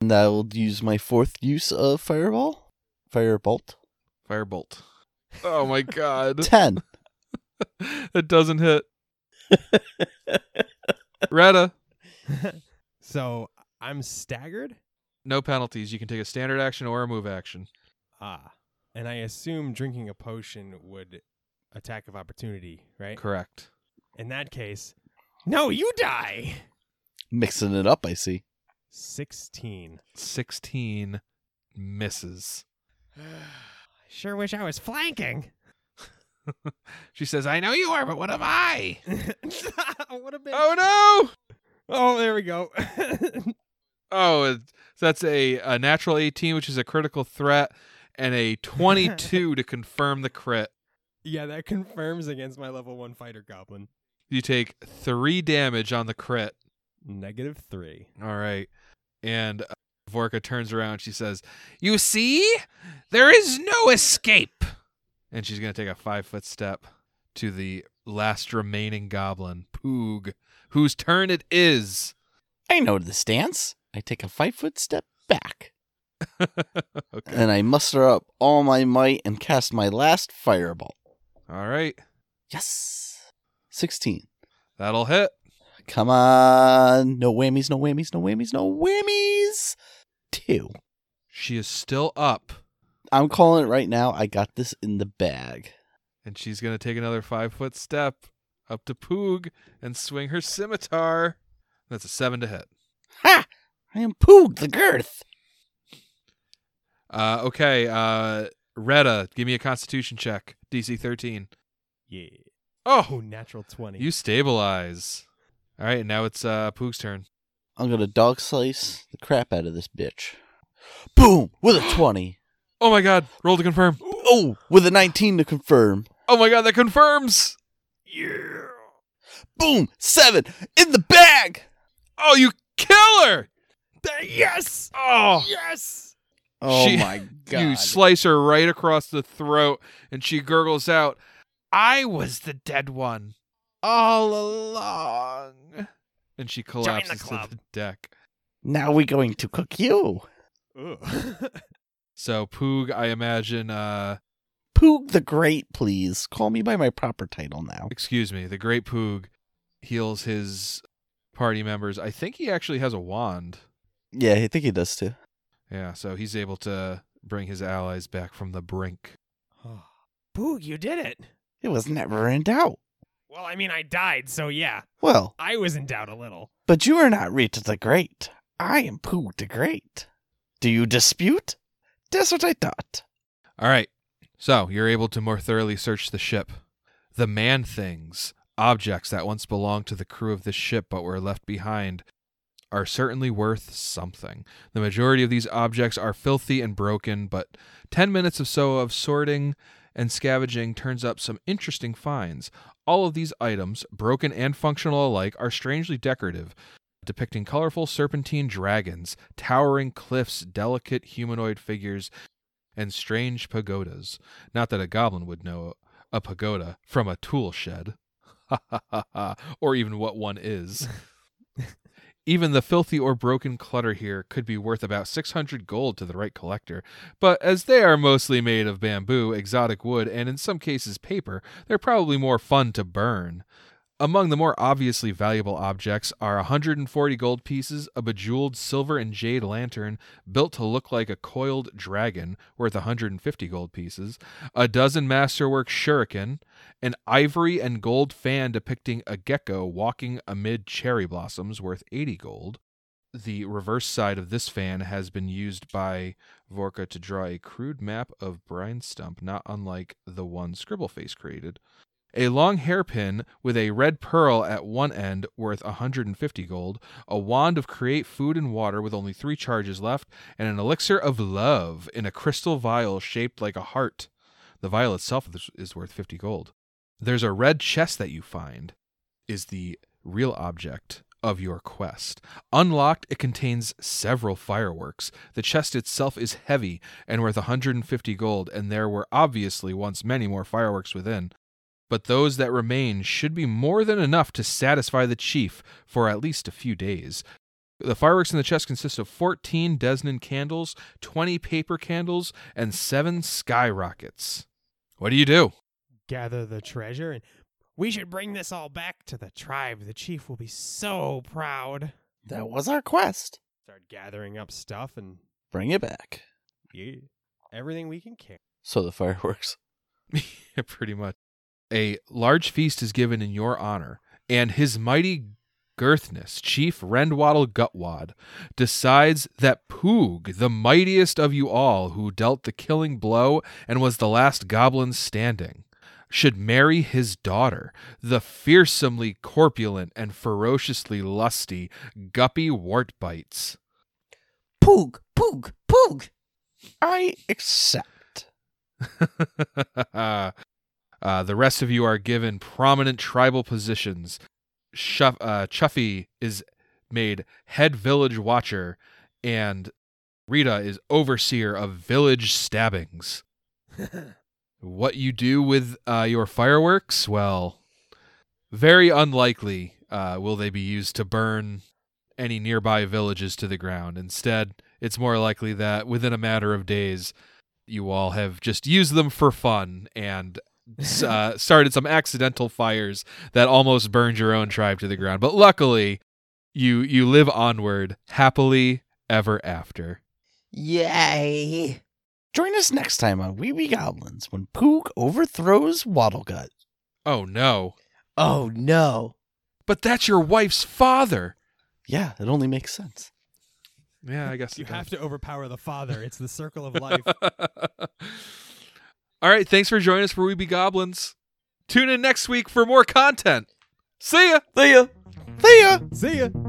[SPEAKER 6] And I will use my fourth use of fireball. Firebolt.
[SPEAKER 1] Firebolt. Oh my god.
[SPEAKER 6] 10.
[SPEAKER 1] it doesn't hit. Retta,
[SPEAKER 2] so I'm staggered.
[SPEAKER 1] no penalties. You can take a standard action or a move action.
[SPEAKER 2] Ah, and I assume drinking a potion would attack of opportunity, right?
[SPEAKER 1] Correct.
[SPEAKER 2] In that case, no, you die.
[SPEAKER 6] Mixing it up, I see.
[SPEAKER 2] 16.
[SPEAKER 1] 16 misses.
[SPEAKER 2] Sure wish I was flanking.
[SPEAKER 1] She says, I know you are, but what am I?
[SPEAKER 2] what a bitch.
[SPEAKER 1] Oh no!
[SPEAKER 2] Oh, there we go.
[SPEAKER 1] Oh, it- so that's a, a natural 18, which is a critical threat, and a 22 to confirm the crit.
[SPEAKER 2] yeah, that confirms against my level 1 fighter goblin.
[SPEAKER 1] You take three damage on the crit.
[SPEAKER 2] Negative 3.
[SPEAKER 1] All right. And uh, Vorka turns around. She says, You see? There is no escape. And she's going to take a five foot step to the last remaining goblin, Poog, whose turn it is.
[SPEAKER 6] I know the stance. I take a five foot step back.
[SPEAKER 1] okay.
[SPEAKER 6] And I muster up all my might and cast my last fireball.
[SPEAKER 1] All right.
[SPEAKER 6] Yes. 16.
[SPEAKER 1] That'll hit.
[SPEAKER 6] Come on. No whammies, no whammies, no whammies, no whammies. Two.
[SPEAKER 1] She is still up,
[SPEAKER 6] I'm calling it right now. I got this in the bag.
[SPEAKER 1] and she's going to take another five foot step up to Poog and swing her scimitar. That's a seven to hit.
[SPEAKER 6] Ha! I am Poog the Girth.
[SPEAKER 1] Uh, okay. Uh, Retta, give me a constitution check. DC 13.
[SPEAKER 2] Yeah. Oh,
[SPEAKER 1] Oh,
[SPEAKER 2] natural 20.
[SPEAKER 1] you stabilize. All right, and now it's uh, Poog's turn.
[SPEAKER 6] I'm gonna dog slice the crap out of this bitch. Boom! With a 20.
[SPEAKER 1] Oh my god, roll to confirm.
[SPEAKER 6] Oh, with a 19 to confirm.
[SPEAKER 1] Oh my god, that confirms.
[SPEAKER 6] Boom! Seven! In the bag!
[SPEAKER 1] Oh, you kill her.
[SPEAKER 2] yes!
[SPEAKER 1] Oh,
[SPEAKER 2] Yes!
[SPEAKER 1] She- you slice her right across the throat, and she gurgles out, I was the dead one all along. And she collapses to the deck.
[SPEAKER 6] now we're going to cook you.
[SPEAKER 1] So, Poog, I imagine, uh,
[SPEAKER 6] Poog the Great, please. Call me by my proper title now.
[SPEAKER 1] excuse me, the Great Poog heals his party members. I think he actually has a wand.
[SPEAKER 6] Yeah, I think he does too.
[SPEAKER 1] Yeah, so he's able to bring his allies back from the brink.
[SPEAKER 2] Boog, Ah. you did it.
[SPEAKER 6] It was never in doubt.
[SPEAKER 2] Well, I mean, I died, so yeah,
[SPEAKER 6] Well,
[SPEAKER 2] I was in doubt a little.
[SPEAKER 6] but you are not Rita the Great. I am Poog the Great. Do you dispute? That's what I thought.
[SPEAKER 1] All right. So you're able to more thoroughly search the ship. The man things, objects that once belonged to the crew of this ship but were left behind, are certainly worth something. The majority of these objects are filthy and broken, but 10 minutes or so of sorting and scavenging turns up some interesting finds. All of these items, broken and functional alike, are strangely decorative, depicting colorful serpentine dragons, towering cliffs, delicate humanoid figures, and strange pagodas. Not that a goblin would know a pagoda from a tool shed, or even what one is. Even the filthy or broken clutter here could be worth about 600 gold to the right collector, but as they are mostly made of bamboo, exotic wood, and in some cases paper, they're probably more fun to burn. Among the more obviously valuable objects are 140 gold pieces, a bejeweled silver and jade lantern built to look like a coiled dragon worth 150 gold pieces, a dozen masterwork shuriken, an ivory and gold fan depicting a gecko walking amid cherry blossoms worth 80 gold. The reverse side of this fan has been used by Vorka to draw a crude map of Brine Stump, not unlike the one Scribbleface created a long hairpin with a red pearl at one end worth 150 gold, a wand of create food and water with only three charges left, and an elixir of love in a crystal vial shaped like a heart. The vial itself is- is worth 50 gold. There's a red chest that you find, is the real object of your quest. Unlocked, it contains several fireworks. The chest itself is heavy and worth 150 gold, and there were obviously once many more fireworks within but those that remain should be more than enough to satisfy the chief for at least a few days. The fireworks in the chest consist of 14 Desnan candles, 20 paper candles, and 7 skyrockets. What do you do?
[SPEAKER 2] Gather the treasure and
[SPEAKER 13] We should bring this all back to the tribe. The chief will be so proud.
[SPEAKER 6] That was our quest.
[SPEAKER 2] start gathering up stuff and
[SPEAKER 6] Bring it back.
[SPEAKER 2] yeah, everything we can carry.
[SPEAKER 6] So the fireworks.
[SPEAKER 1] Yeah, pretty much. A large feast is given in your honor, and his mighty girthness, Chief Rendwaddle Gutwad, decides that Poog, the mightiest of you all who dealt the killing blow and was the last goblin standing, should marry his daughter, the fearsomely corpulent and ferociously lusty Guppy Wartbites.
[SPEAKER 4] Poog, poog, poog.
[SPEAKER 6] I accept.
[SPEAKER 1] uh, the rest of you are given prominent tribal positions. Shuff, uh, Chuffy is made head village watcher, and Rita is overseer of village stabbings. what you do with uh, your fireworks? Well, very unlikely uh, will they be used to burn any nearby villages to the ground. Instead, it's more likely that within a matter of days, you all have just used them for fun and uh, started some accidental fires that almost burned your own tribe to the ground. But luckily, you you live onward happily ever after.
[SPEAKER 4] Yay.
[SPEAKER 6] Join us next time on Wee Wee Goblins when Poog overthrows Waddlegut.
[SPEAKER 1] Oh no!
[SPEAKER 4] Oh no.
[SPEAKER 1] But that's your wife's father.
[SPEAKER 6] Yeah, it only makes sense.
[SPEAKER 1] Yeah, I guess
[SPEAKER 2] You have to overpower the father. It's the circle of life.
[SPEAKER 1] all right, thanks for joining us for We Be Goblins. Tune in next week for more content. See ya.
[SPEAKER 6] See ya!
[SPEAKER 2] See ya.